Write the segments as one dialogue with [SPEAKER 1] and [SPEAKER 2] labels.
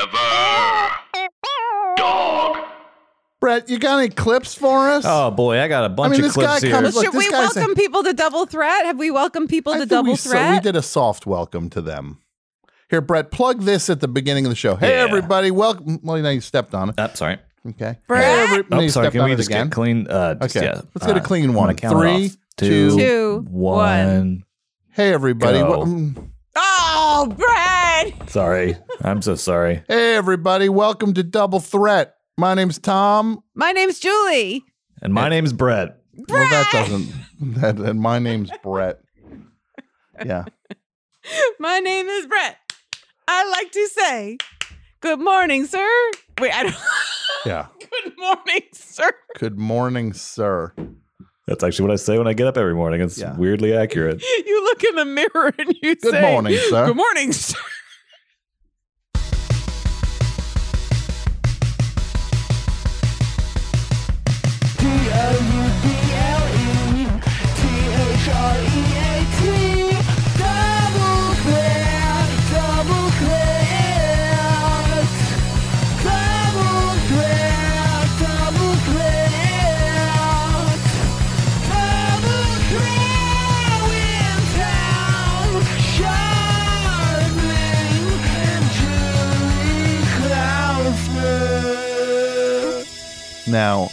[SPEAKER 1] Forever. Dog.
[SPEAKER 2] Brett, you got any clips for us?
[SPEAKER 3] Oh boy, I got a bunch
[SPEAKER 2] I mean,
[SPEAKER 3] of
[SPEAKER 2] this guy
[SPEAKER 3] clips here.
[SPEAKER 2] comes- Look,
[SPEAKER 4] Should
[SPEAKER 2] this
[SPEAKER 4] we
[SPEAKER 2] guy's a-
[SPEAKER 4] welcome people to Double Threat? Have we welcomed people
[SPEAKER 2] I
[SPEAKER 4] to
[SPEAKER 2] think
[SPEAKER 4] Oh, Double
[SPEAKER 2] we, so- we
[SPEAKER 4] Threat?
[SPEAKER 2] did a soft welcome to them. Here, Brett, plug this at the beginning of the show. Hey,
[SPEAKER 3] Yeah.
[SPEAKER 2] everybody, welcome. Well, now you stepped on it.
[SPEAKER 3] Oh, sorry.
[SPEAKER 2] Okay.
[SPEAKER 4] Brett?
[SPEAKER 2] Hey, every- now
[SPEAKER 3] Oh,
[SPEAKER 2] you
[SPEAKER 3] sorry.
[SPEAKER 2] stepped
[SPEAKER 3] Can
[SPEAKER 2] on
[SPEAKER 3] we
[SPEAKER 2] it
[SPEAKER 3] just
[SPEAKER 2] again.
[SPEAKER 3] get clean? Uh, just,
[SPEAKER 2] Okay.
[SPEAKER 3] yeah.
[SPEAKER 2] Let's get a
[SPEAKER 3] Uh,
[SPEAKER 2] clean
[SPEAKER 3] I'm
[SPEAKER 2] one.
[SPEAKER 3] gonna count it
[SPEAKER 2] Three,
[SPEAKER 3] off. two,
[SPEAKER 4] two,
[SPEAKER 3] one.
[SPEAKER 2] Hey, everybody.
[SPEAKER 3] Go.
[SPEAKER 2] Wel- mm.
[SPEAKER 4] oh, Brad!
[SPEAKER 3] Sorry, I'm so sorry.
[SPEAKER 2] hey, everybody. Welcome to Double Threat. My name's Tom.
[SPEAKER 4] My name's Julie.
[SPEAKER 3] And my name's Brett.
[SPEAKER 2] Well, that doesn't. That, and my name's Brett. Yeah.
[SPEAKER 4] My name is Brett. I like to say, "Good morning, sir." Wait, I don't.
[SPEAKER 2] Yeah.
[SPEAKER 4] Good morning, sir.
[SPEAKER 2] Good morning, sir.
[SPEAKER 3] That's actually what I say when I get up every morning. It's
[SPEAKER 2] Yeah.
[SPEAKER 3] weirdly accurate.
[SPEAKER 4] You look in the mirror and you
[SPEAKER 2] Good
[SPEAKER 4] say,
[SPEAKER 2] morning, sir.
[SPEAKER 4] Good morning, sir."
[SPEAKER 2] Now,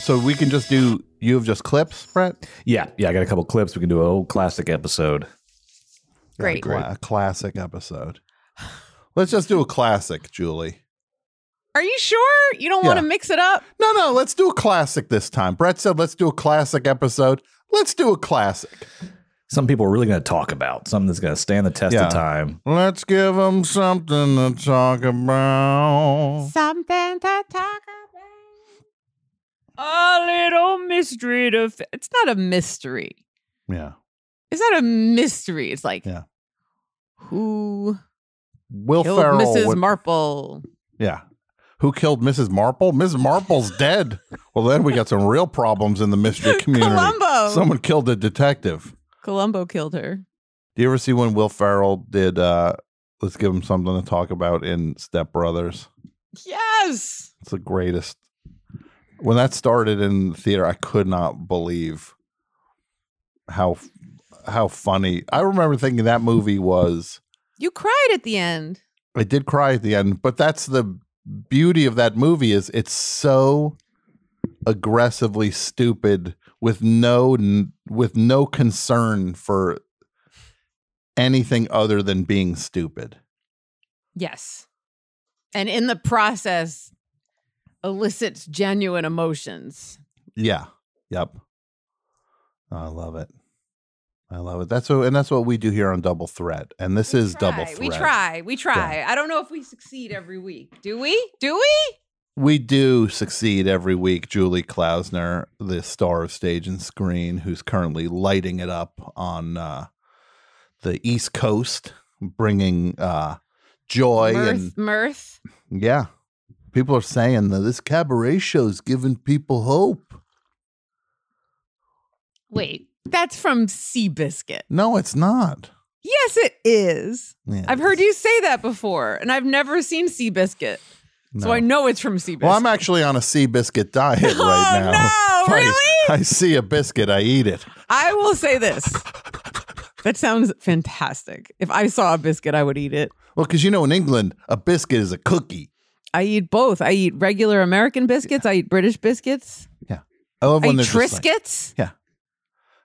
[SPEAKER 2] so we can just do. You have just clips, Brett.
[SPEAKER 3] Yeah, yeah. I got a couple clips. We can do an old classic episode.
[SPEAKER 4] Great.
[SPEAKER 2] Cla- a classic episode. Let's just do a classic, Julie.
[SPEAKER 4] Are you sure you don't want to
[SPEAKER 2] Yeah.
[SPEAKER 4] mix it up?
[SPEAKER 2] No, no, let's do a classic this time. Brett said let's do a classic episode. Let's do a classic.
[SPEAKER 3] Some people are really going to talk about something that's going to stand the test
[SPEAKER 2] Yeah.
[SPEAKER 3] of time.
[SPEAKER 2] Let's give them something to talk about.
[SPEAKER 4] Something to talk about. A little mystery to. F- it's not a mystery.
[SPEAKER 2] Yeah.
[SPEAKER 4] It's not a mystery. It's like,
[SPEAKER 2] Yeah.
[SPEAKER 4] who
[SPEAKER 2] Will
[SPEAKER 4] killed
[SPEAKER 2] Ferrell.
[SPEAKER 4] Mrs.
[SPEAKER 2] would-
[SPEAKER 4] Marple?
[SPEAKER 2] yeah. Who killed Mrs. Marple? Mrs. Marple's dead. Well, then we got some real problems in the mystery community.
[SPEAKER 4] Columbo.
[SPEAKER 2] Someone killed the detective.
[SPEAKER 4] Columbo killed her.
[SPEAKER 2] Do you ever see when Will Ferrell did uh let's give him something to talk about in Step Brothers?
[SPEAKER 4] Yes.
[SPEAKER 2] It's the greatest. When that started in theater, I could not believe how how funny. I remember thinking that movie was.
[SPEAKER 4] You cried at the end.
[SPEAKER 2] I did cry at the end, but that's the beauty of that movie is it's so aggressively stupid with no with no concern for anything other than being stupid.
[SPEAKER 4] Yes. And in the process, elicits genuine emotions.
[SPEAKER 2] Yeah. Yep. I love it. I love it. That's what, and that's what we do here on Double Threat. And this is Double Threat.
[SPEAKER 4] We try. We try. I don't know if we succeed every week. Do we? Do we?
[SPEAKER 2] We do succeed every week. Julie Klausner, the star of stage and screen, who's currently lighting it up on uh, the East Coast, bringing uh, joy
[SPEAKER 4] Mirth. Mirth.
[SPEAKER 2] and yeah. People are saying that this cabaret show's giving people hope.
[SPEAKER 4] Wait, that's from Seabiscuit.
[SPEAKER 2] No, it's not.
[SPEAKER 4] Yes, it is.
[SPEAKER 2] Yeah,
[SPEAKER 4] I've heard you say that before, and I've never seen Seabiscuit. So
[SPEAKER 2] No.
[SPEAKER 4] I know it's from Seabiscuit.
[SPEAKER 2] Well, I'm actually on a sea biscuit diet right
[SPEAKER 4] Oh,
[SPEAKER 2] now.
[SPEAKER 4] no,
[SPEAKER 2] If I-
[SPEAKER 4] really?
[SPEAKER 2] I see a biscuit, I eat it.
[SPEAKER 4] I will say this. That sounds fantastic. If I saw a biscuit, I would eat it.
[SPEAKER 2] Well, because you know, in England, a biscuit is a cookie.
[SPEAKER 4] I eat both. I eat regular American biscuits. I eat British biscuits.
[SPEAKER 2] I love
[SPEAKER 4] I
[SPEAKER 2] when
[SPEAKER 4] eat
[SPEAKER 2] they're just like-
[SPEAKER 4] Triscuits.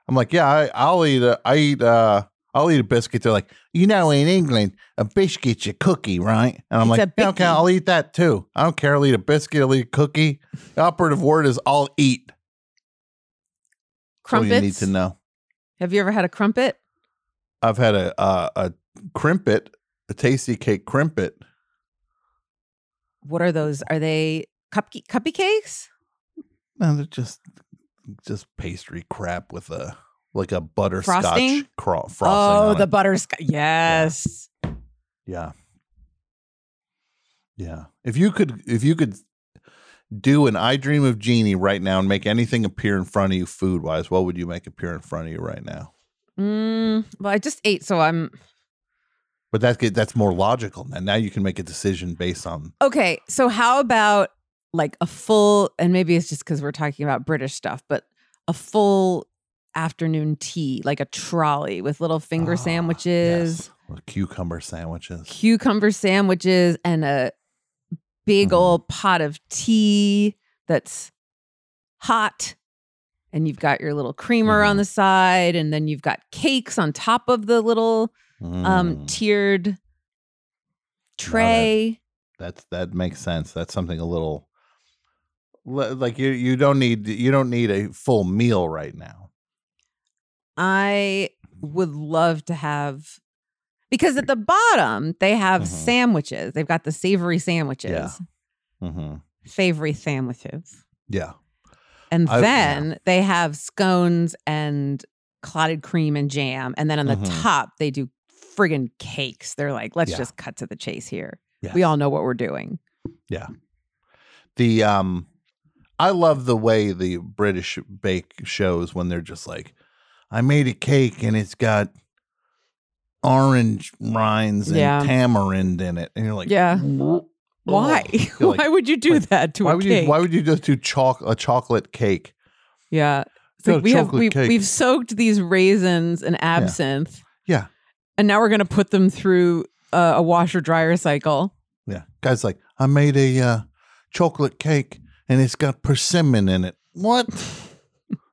[SPEAKER 2] I'm like, yeah, I, I'll eat. A, I eat. Uh, I'll eat a biscuit. They're like, you know, in England, a biscuit's a cookie, right? And I'm
[SPEAKER 4] It's
[SPEAKER 2] like,
[SPEAKER 4] a
[SPEAKER 2] "Yeah, okay,
[SPEAKER 4] bicky."
[SPEAKER 2] I'll eat that too. I don't care. I'll eat a biscuit. I'll eat a cookie. The operative word is I'll eat. That's all
[SPEAKER 4] crumpets.
[SPEAKER 2] you need to know.
[SPEAKER 4] Have you ever had a crumpet?
[SPEAKER 2] I've had a uh, a crimpet, a tasty cake crimpet.
[SPEAKER 4] What are those? Are they cupcake cupcakes?
[SPEAKER 2] No, they're just just pastry crap with a like a butterscotch
[SPEAKER 4] Frosting?
[SPEAKER 2] Cro- frosting.
[SPEAKER 4] Oh,
[SPEAKER 2] on
[SPEAKER 4] the
[SPEAKER 2] it.
[SPEAKER 4] butterscotch. Yes.
[SPEAKER 2] yeah, yeah. If you could, if you could do an "I Dream of Genie" right now and make anything appear in front of you food wise, what would you make appear in front of you right now?
[SPEAKER 4] Mm, well, I just ate, so I'm
[SPEAKER 2] But that's get- that's more logical. And now you can make a decision based on
[SPEAKER 4] Okay, so how about like a full, and maybe it's just because we're talking about British stuff, but a full afternoon tea, like a trolley with little finger
[SPEAKER 2] Ah,
[SPEAKER 4] sandwiches,
[SPEAKER 2] yes, with cucumber sandwiches.
[SPEAKER 4] cucumber sandwiches, and a big
[SPEAKER 2] Mhm.
[SPEAKER 4] old pot of tea that's hot. And you've got your little creamer on
[SPEAKER 2] Mhm.
[SPEAKER 4] the side, and then you've got cakes on top of the little um
[SPEAKER 2] Mm,
[SPEAKER 4] tiered tray.
[SPEAKER 2] that's that makes sense. That's something a little li- like you you don't need you don't need a full meal right now.
[SPEAKER 4] I would love to have because at the bottom they have
[SPEAKER 2] Mhm.
[SPEAKER 4] sandwiches. They've got the savory sandwiches,
[SPEAKER 2] Mm-hmm.
[SPEAKER 4] savory sandwiches,
[SPEAKER 2] Yeah.
[SPEAKER 4] and
[SPEAKER 2] I- yeah.
[SPEAKER 4] then they have scones and clotted cream and jam, and then on the
[SPEAKER 2] Mhm.
[SPEAKER 4] top they do friggin' cakes. They're like, let's
[SPEAKER 2] Yeah.
[SPEAKER 4] just cut to the chase here.
[SPEAKER 2] Yes.
[SPEAKER 4] We all know what we're doing.
[SPEAKER 2] the um i love the way the british bake shows when they're just like i made a cake and it's got orange rinds and
[SPEAKER 4] Yeah.
[SPEAKER 2] tamarind in it and you're like
[SPEAKER 4] Yeah.
[SPEAKER 2] "Ugh."
[SPEAKER 4] Why?
[SPEAKER 2] You're like,
[SPEAKER 4] why would you do
[SPEAKER 2] like,
[SPEAKER 4] that to
[SPEAKER 2] why
[SPEAKER 4] a
[SPEAKER 2] would
[SPEAKER 4] cake?
[SPEAKER 2] you why would you just do choc a chocolate cake
[SPEAKER 4] Yeah. It's
[SPEAKER 2] Got
[SPEAKER 4] like
[SPEAKER 2] a
[SPEAKER 4] we have
[SPEAKER 2] chocolate
[SPEAKER 4] we,
[SPEAKER 2] cake.
[SPEAKER 4] we've soaked these raisins and absinthe.
[SPEAKER 2] Yeah.
[SPEAKER 4] And now we're going to put them through uh, a washer dryer cycle.
[SPEAKER 2] yeah guys like i made a uh, chocolate cake and it's got persimmon in it what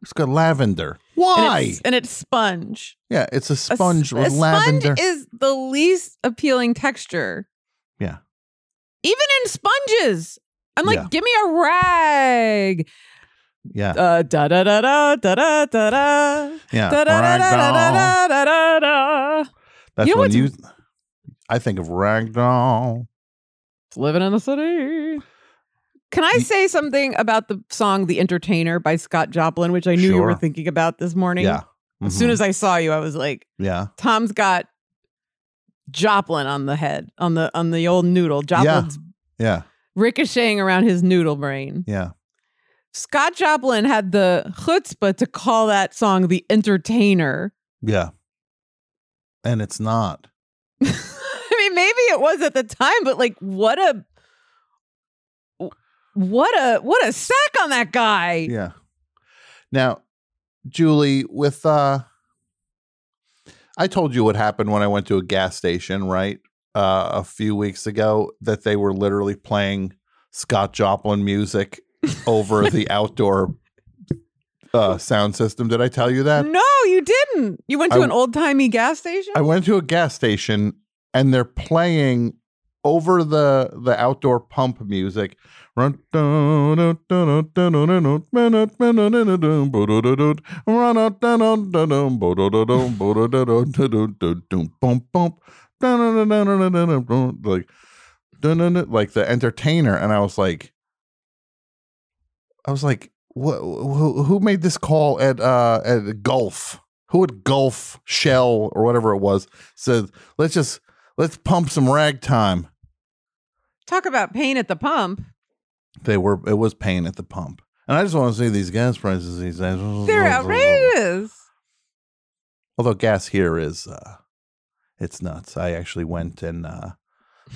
[SPEAKER 2] it's got lavender why
[SPEAKER 4] And it's, and it's sponge.
[SPEAKER 2] yeah it's a
[SPEAKER 4] A s-
[SPEAKER 2] sponge
[SPEAKER 4] a
[SPEAKER 2] with lavender
[SPEAKER 4] sponge is the least appealing texture.
[SPEAKER 2] Yeah.
[SPEAKER 4] Even in sponges. I'm like,
[SPEAKER 2] Yeah.
[SPEAKER 4] give me a rag.
[SPEAKER 2] yeah
[SPEAKER 4] Uh, da da da da da da da da
[SPEAKER 2] yeah
[SPEAKER 4] da da da da da da da.
[SPEAKER 2] That's
[SPEAKER 4] You know
[SPEAKER 2] when
[SPEAKER 4] what's-
[SPEAKER 2] you. I think of ragdoll.
[SPEAKER 4] living in the city. Can I
[SPEAKER 2] Ye-
[SPEAKER 4] say something about the song "The Entertainer" by Scott Joplin, which I knew you were
[SPEAKER 2] Sure.
[SPEAKER 4] thinking about this morning?
[SPEAKER 2] Yeah.
[SPEAKER 4] As soon
[SPEAKER 2] Mhm.
[SPEAKER 4] as I saw you, I was like,
[SPEAKER 2] yeah,
[SPEAKER 4] "Tom's got Joplin on the head on the on the old noodle. Joplin's
[SPEAKER 2] yeah,
[SPEAKER 4] ricocheting around his noodle brain."
[SPEAKER 2] yeah.
[SPEAKER 4] Scott Joplin had the chutzpah to call that song "The Entertainer."
[SPEAKER 2] Yeah. And it's not.
[SPEAKER 4] I mean, maybe it was at the time, but like, what a what a what a sack on that guy.
[SPEAKER 2] Yeah. Now, Julie, with uh I told you what happened when I went to a gas station, right? Uh a few weeks ago that they were literally playing Scott Joplin music over the outdoor uh sound system. Did I tell you that?
[SPEAKER 4] No, you didn't. You went to
[SPEAKER 2] I-
[SPEAKER 4] an old timey gas station?
[SPEAKER 2] I went to a gas station and they're playing over the the outdoor pump music. Like like the entertainer and I was like I was like what who, who made this call at uh at Gulf? Who at Gulf Shell or whatever it was said let's just let's pump some ragtime.
[SPEAKER 4] Talk about pain at the pump.
[SPEAKER 2] They were it was pain at the pump. And I just want to see these gas prices these days.
[SPEAKER 4] They're outrageous.
[SPEAKER 2] Although gas here is uh it's nuts. I actually went and uh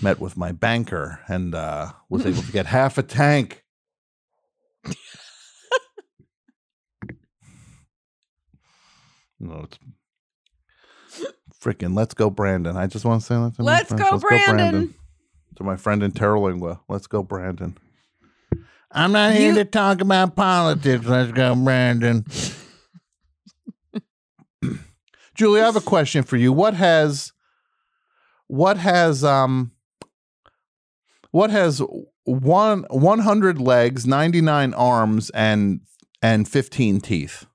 [SPEAKER 2] met with my banker and uh was able to get half a tank. no, it's freaking let's go Brandon. I just want to say that to my
[SPEAKER 4] Let's
[SPEAKER 2] friends.
[SPEAKER 4] go, Brandon.
[SPEAKER 2] To my friend in Terlingua. Let's go Brandon. I'm not here
[SPEAKER 4] You-
[SPEAKER 2] to talk about politics. Let's go Brandon. Julie, I have a question for you. What has what has um what has one 100 legs, 99 arms and and 15 teeth?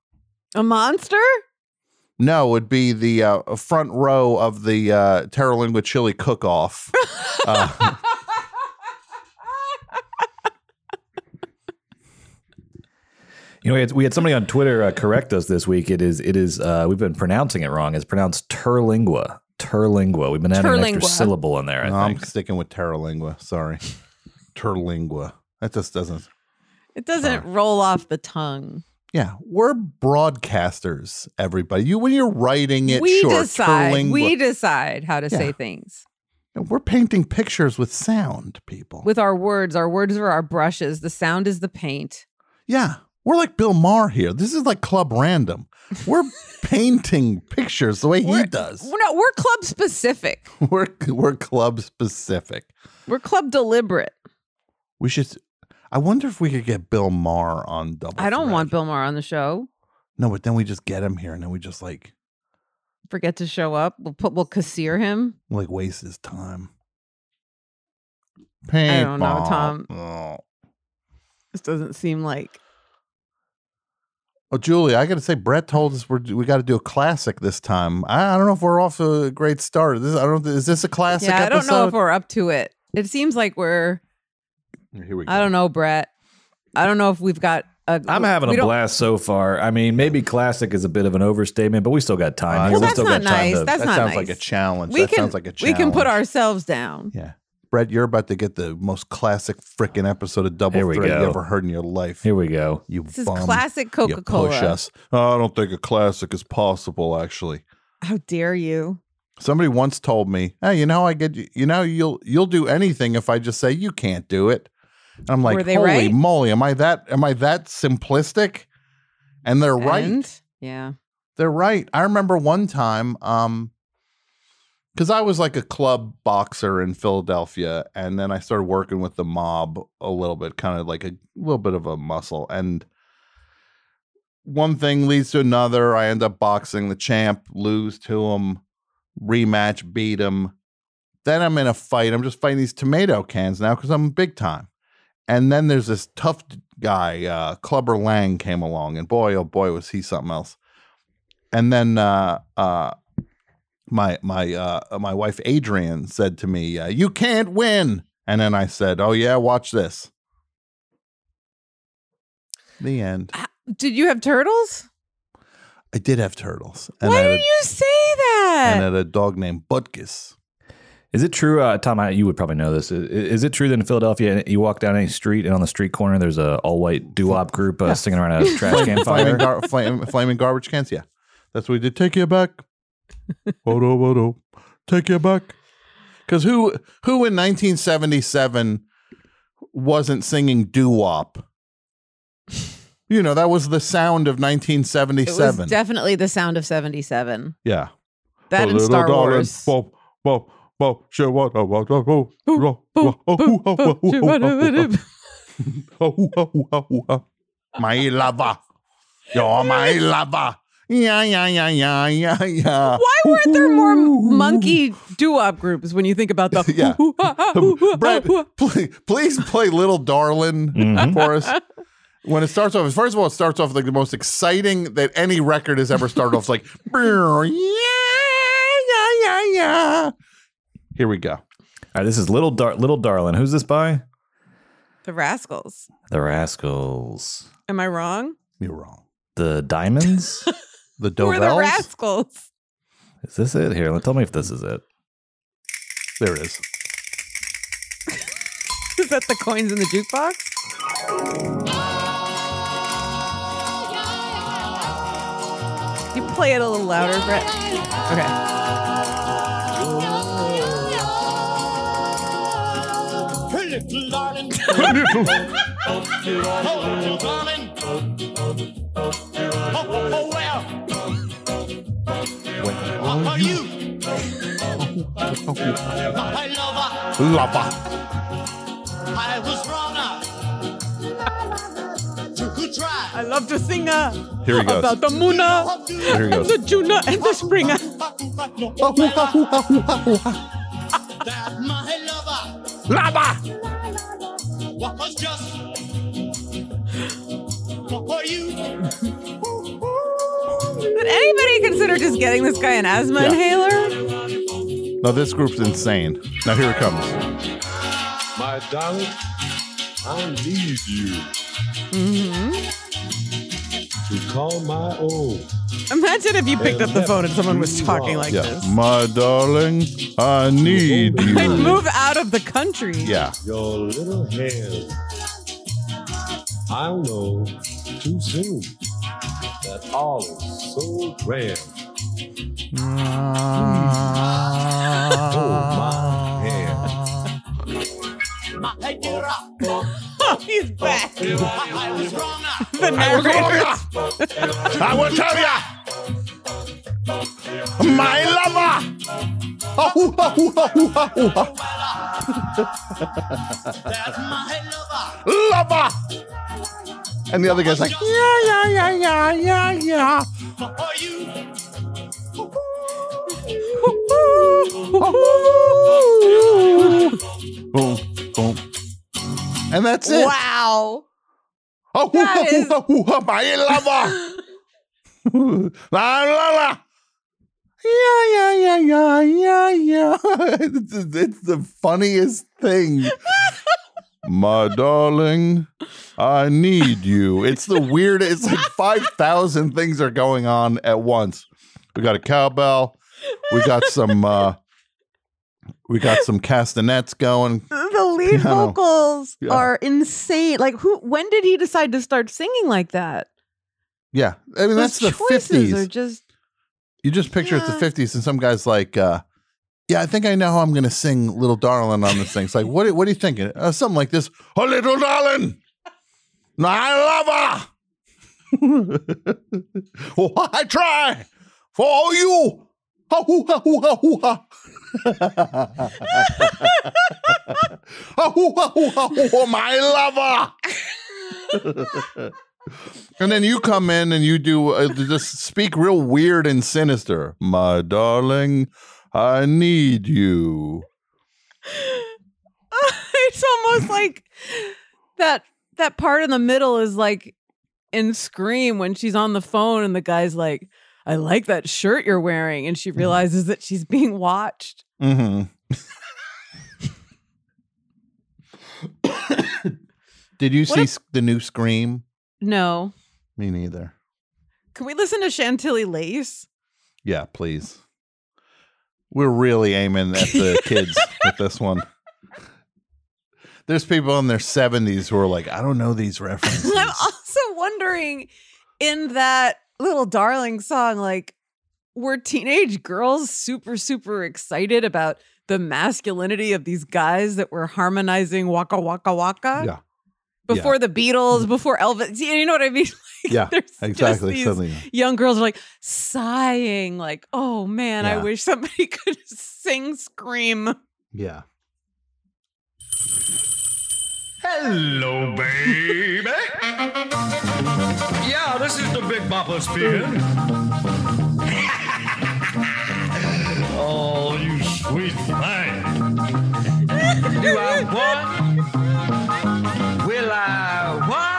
[SPEAKER 4] A monster?
[SPEAKER 2] No, it would be the uh, front row of the uh Terralingua chili cook-off. Uh,
[SPEAKER 3] You know, we had, we had somebody on Twitter uh, correct us this week. It is, it is. Uh, we've been pronouncing it wrong. It's pronounced Terlingua. Terlingua. We've been adding an
[SPEAKER 4] Terlingua.
[SPEAKER 3] extra syllable in there. I
[SPEAKER 2] no, I'm
[SPEAKER 3] think.
[SPEAKER 2] sticking with Terralingua, sorry. Terlingua. That just doesn't
[SPEAKER 4] it doesn't roll off the tongue.
[SPEAKER 2] Yeah, we're broadcasters, everybody. You when you're writing it,
[SPEAKER 4] we
[SPEAKER 2] sure,
[SPEAKER 4] decide.
[SPEAKER 2] Terlingua-
[SPEAKER 4] We decide how to say
[SPEAKER 2] Yeah.
[SPEAKER 4] things
[SPEAKER 2] we're painting pictures with sound, people.
[SPEAKER 4] with our words. Our words are our brushes. The sound is the paint.
[SPEAKER 2] yeah, we're like Bill Maher here. This is like Club Random. We're painting pictures the way he
[SPEAKER 4] We're-
[SPEAKER 2] does.
[SPEAKER 4] We're not. We're club specific.
[SPEAKER 2] We're we're club specific.
[SPEAKER 4] We're club deliberate.
[SPEAKER 2] We should. I wonder if we could get Bill Maher on double.
[SPEAKER 4] I don't
[SPEAKER 2] Threat.
[SPEAKER 4] want Bill Maher on the show.
[SPEAKER 2] No, but then we just get him here, and then we just like
[SPEAKER 4] Forget to show up. We'll put. We'll casseer him.
[SPEAKER 2] like waste his time.
[SPEAKER 4] don't know,
[SPEAKER 2] Paintball.
[SPEAKER 4] Tom.
[SPEAKER 2] Oh.
[SPEAKER 4] This doesn't seem like.
[SPEAKER 2] Oh, Julie, I got to say, Brett told us we're, we got to do a classic this time. I, I don't know if we're off to a great start. This I don't. Is this a classic?
[SPEAKER 4] yeah, I don't
[SPEAKER 2] episode?
[SPEAKER 4] know if we're up to it. It seems like we're.
[SPEAKER 2] Here we go.
[SPEAKER 4] I don't know, Brett. I don't know if we've got. A,
[SPEAKER 3] I'm having
[SPEAKER 4] we
[SPEAKER 3] a
[SPEAKER 4] don't-
[SPEAKER 3] blast so far. I mean, maybe classic is a bit of an overstatement, but we still got time.
[SPEAKER 2] Uh,
[SPEAKER 3] here.
[SPEAKER 2] Well,
[SPEAKER 3] we
[SPEAKER 2] that's
[SPEAKER 3] still
[SPEAKER 4] not
[SPEAKER 3] got time to-
[SPEAKER 4] nice.
[SPEAKER 2] That
[SPEAKER 4] That's not
[SPEAKER 2] sounds like
[SPEAKER 4] nice.
[SPEAKER 2] a challenge.
[SPEAKER 4] We
[SPEAKER 2] that
[SPEAKER 4] can-
[SPEAKER 2] sounds like a
[SPEAKER 4] We
[SPEAKER 2] challenge.
[SPEAKER 4] can put ourselves down.
[SPEAKER 2] Yeah, Brett, you're about to get the most classic freaking episode of Double
[SPEAKER 3] Here we
[SPEAKER 2] Threat you
[SPEAKER 3] go.
[SPEAKER 2] ever heard in your life.
[SPEAKER 3] here we go.
[SPEAKER 2] you
[SPEAKER 4] This is
[SPEAKER 2] bum.
[SPEAKER 4] classic
[SPEAKER 2] You
[SPEAKER 4] Coca
[SPEAKER 2] push
[SPEAKER 4] Cola.
[SPEAKER 2] us. Oh, I don't think a classic is possible. Actually,
[SPEAKER 4] How dare you?
[SPEAKER 2] somebody once told me, "Hey, you know, I get you. You know, you'll you'll do anything if I just say you can't do it." And I'm
[SPEAKER 4] Were
[SPEAKER 2] like,
[SPEAKER 4] they
[SPEAKER 2] "Holy
[SPEAKER 4] right?
[SPEAKER 2] moly, am I that am I that simplistic?" And they're right.
[SPEAKER 4] And- Yeah.
[SPEAKER 2] They're right. I remember one time, um, because I was like a club boxer in Philadelphia, and then I started working with the mob a little bit, kind of like a little bit of a muscle. And one thing leads to another. I end up boxing the champ, lose to him, rematch, beat him. Then I'm in a fight. I'm just fighting these tomato cans now because I'm big time. And then there's this tough guy, uh, Clubber Lang, came along, and boy, oh boy, was he something else and then uh, uh, my my uh, my wife Adrian said to me, uh, "You can't win." And then I said, "Oh yeah, watch this." The end.
[SPEAKER 4] Did you have turtles?
[SPEAKER 2] I did have turtles, and,
[SPEAKER 4] Why
[SPEAKER 2] I had,
[SPEAKER 4] did you say
[SPEAKER 2] a, and I
[SPEAKER 4] that?
[SPEAKER 2] had a dog named Butkus.
[SPEAKER 3] Is it true, uh, Tom? I, you would probably know this. I- Is, it true that in Philadelphia, you walk down any street and on the street corner, there's a all white doo wop group uh, singing around a trash can
[SPEAKER 2] flaming,
[SPEAKER 3] fire?
[SPEAKER 2] gar- flame, flaming garbage cans. Yeah, that's what we did. Take you back, Odo, Odo. Take you back. Because who who in 1977 wasn't singing doo wop? You know that was the sound of
[SPEAKER 4] It was
[SPEAKER 2] 1977.
[SPEAKER 4] definitely the sound of 77.
[SPEAKER 2] yeah,
[SPEAKER 4] That
[SPEAKER 2] A
[SPEAKER 4] and
[SPEAKER 2] little
[SPEAKER 4] Star
[SPEAKER 2] darling,
[SPEAKER 4] Wars.
[SPEAKER 2] bop, bop, bop, sure, what, uh, what, uh, oh,
[SPEAKER 4] Boop,
[SPEAKER 2] oh,
[SPEAKER 4] Boop,
[SPEAKER 2] oh,
[SPEAKER 4] boop,
[SPEAKER 2] oh, oh,
[SPEAKER 4] boop,
[SPEAKER 2] oh, oh, oh,
[SPEAKER 4] boop,
[SPEAKER 2] Oh, oh, oh, oh, oh. my lover. You're my lover. Yeah, yeah, yeah, yeah, yeah, yeah.
[SPEAKER 4] Why weren't there more monkey doo-wop groups when you think about the
[SPEAKER 2] Yeah.
[SPEAKER 4] hoo, ha, ha, hoo, ha,
[SPEAKER 2] Brett,
[SPEAKER 4] hoo, ha?
[SPEAKER 2] please, please play Little Darlin'
[SPEAKER 3] Mhm.
[SPEAKER 2] for us. When it starts off, first of all, it starts off like the most exciting that any record has ever started off. It's like, "Brr, yeah, yeah, yeah, yeah. Here we go.
[SPEAKER 3] All right, this is little Dar- little darling. Who's this by?
[SPEAKER 4] The Rascals.
[SPEAKER 3] The Rascals.
[SPEAKER 4] Am I wrong?
[SPEAKER 2] You're wrong.
[SPEAKER 3] The Diamonds.
[SPEAKER 2] The
[SPEAKER 4] Who are the
[SPEAKER 2] Dovells?
[SPEAKER 4] Rascals?
[SPEAKER 3] is this it? Here, let- tell me if this is it.
[SPEAKER 2] There it is.
[SPEAKER 4] Is that the coins in the jukebox? You play it a little louder, Brett. Okay.
[SPEAKER 1] Little darling, little darling, oh, oh, oh, well,
[SPEAKER 2] Well,
[SPEAKER 1] how are you? My lover,
[SPEAKER 2] Lover.
[SPEAKER 1] I was wrong. uh, You could try.
[SPEAKER 4] I love to sing uh,
[SPEAKER 2] Here he goes.
[SPEAKER 4] about the Muna,
[SPEAKER 1] Here
[SPEAKER 2] he goes.
[SPEAKER 4] the Juna, and the Springer.
[SPEAKER 1] That my lover
[SPEAKER 2] Lover.
[SPEAKER 1] was just for you.
[SPEAKER 4] Did anybody consider just getting this guy an asthma
[SPEAKER 2] Yeah.
[SPEAKER 4] inhaler?
[SPEAKER 2] No, this group's insane. Now here it comes.
[SPEAKER 5] My darling, I need you
[SPEAKER 2] Mm-hmm.
[SPEAKER 5] to call my own.
[SPEAKER 4] Imagine if you picked up the phone and someone was talking like
[SPEAKER 2] Yeah.
[SPEAKER 4] this.
[SPEAKER 2] My darling, I need
[SPEAKER 5] I'd
[SPEAKER 4] I'd
[SPEAKER 2] you.
[SPEAKER 4] move out of the country.
[SPEAKER 2] Yeah.
[SPEAKER 5] Your little hand, I'll know too soon. that all is so grand. Oh, my hand.
[SPEAKER 1] My dear,
[SPEAKER 6] He's back.
[SPEAKER 1] I was wrong. uh.
[SPEAKER 6] The narrator.
[SPEAKER 2] I will tell ya, my lover. Oh, oh, oh, oh, oh, oh, oh.
[SPEAKER 1] That my lover.
[SPEAKER 2] lover. And the other guy's like, yeah, yeah, yeah, yeah, yeah, yeah.
[SPEAKER 1] For you,
[SPEAKER 2] Boom, boom. And that's it.
[SPEAKER 6] Wow.
[SPEAKER 2] Oh,
[SPEAKER 6] That
[SPEAKER 2] hoo,
[SPEAKER 6] is-
[SPEAKER 2] hoo, hoo, hoo, my lover. la, la, la. Yeah, yeah, yeah, yeah, yeah, yeah. it's, it's the funniest thing. My darling, I need you. It's the weirdest. It's like 5,000 things are going on at once. We got a cowbell. We got some, uh, we got some castanets going.
[SPEAKER 4] The lead
[SPEAKER 2] Piano.
[SPEAKER 4] vocals
[SPEAKER 2] Yeah.
[SPEAKER 4] are insane. Like who when did he decide to start singing like that?
[SPEAKER 2] Yeah. I mean,
[SPEAKER 4] Those
[SPEAKER 2] that's the
[SPEAKER 4] choices
[SPEAKER 2] 50s.
[SPEAKER 4] are just
[SPEAKER 2] You just picture it's the
[SPEAKER 4] Yeah.
[SPEAKER 2] 50s, and some guy's like, uh, "Yeah, I think I know how I'm going to sing "Little Darling" on this thing." It's like, what? What are you thinking? Uh, something like this: "A little darling, my lover, oh, I try for you." Ha, hoo, ha, hoo, ha, hoo, ha. Ha, hoo, ha, hoo, ha, hoo, ha, my lover. And then you come in and you do uh, just speak real weird and sinister. My darling, I need you.
[SPEAKER 4] it's almost like that that part in the middle is like in Scream when she's on the phone and the guy's like, I like that shirt you're wearing, and she realizes that she's being watched.
[SPEAKER 2] hmm Did you
[SPEAKER 4] What
[SPEAKER 2] see sc the new Scream?
[SPEAKER 4] No.
[SPEAKER 2] Me neither.
[SPEAKER 4] Can we listen to Chantilly Lace?
[SPEAKER 2] Yeah, please. We're really aiming at the kids with this one. There's people in their 70s who are like, I don't know these references.
[SPEAKER 4] I'm also wondering in that little darling song, like, were teenage girls super, super excited about the masculinity of these guys that were harmonizing Waka Waka Waka?
[SPEAKER 2] Yeah. Mm.
[SPEAKER 4] Before the Beatles, before Elvis. You know what I mean? Like,
[SPEAKER 2] Yeah,
[SPEAKER 4] there's just
[SPEAKER 2] Exactly.
[SPEAKER 4] these
[SPEAKER 2] Suddenly.
[SPEAKER 4] young girls are like sighing, like, oh man, I
[SPEAKER 2] Yeah.
[SPEAKER 4] wish somebody could sing Scream.
[SPEAKER 2] Yeah.
[SPEAKER 7] Hello, baby. yeah, this is the Big Bopper speaking. oh, you sweet thing. Do I what? Will I what?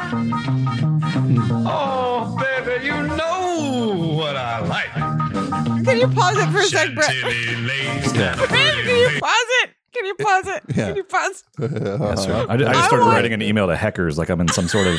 [SPEAKER 7] Oh, baby, you know what I like.
[SPEAKER 4] Can you pause it for a sec, Brett?
[SPEAKER 7] Chantilly lace.
[SPEAKER 4] Can you pause it? Can you pause it?
[SPEAKER 2] Yeah.
[SPEAKER 4] Can you pause?
[SPEAKER 3] That's right. I, I just started
[SPEAKER 4] want-
[SPEAKER 3] writing an email to hackers like I'm in some sort of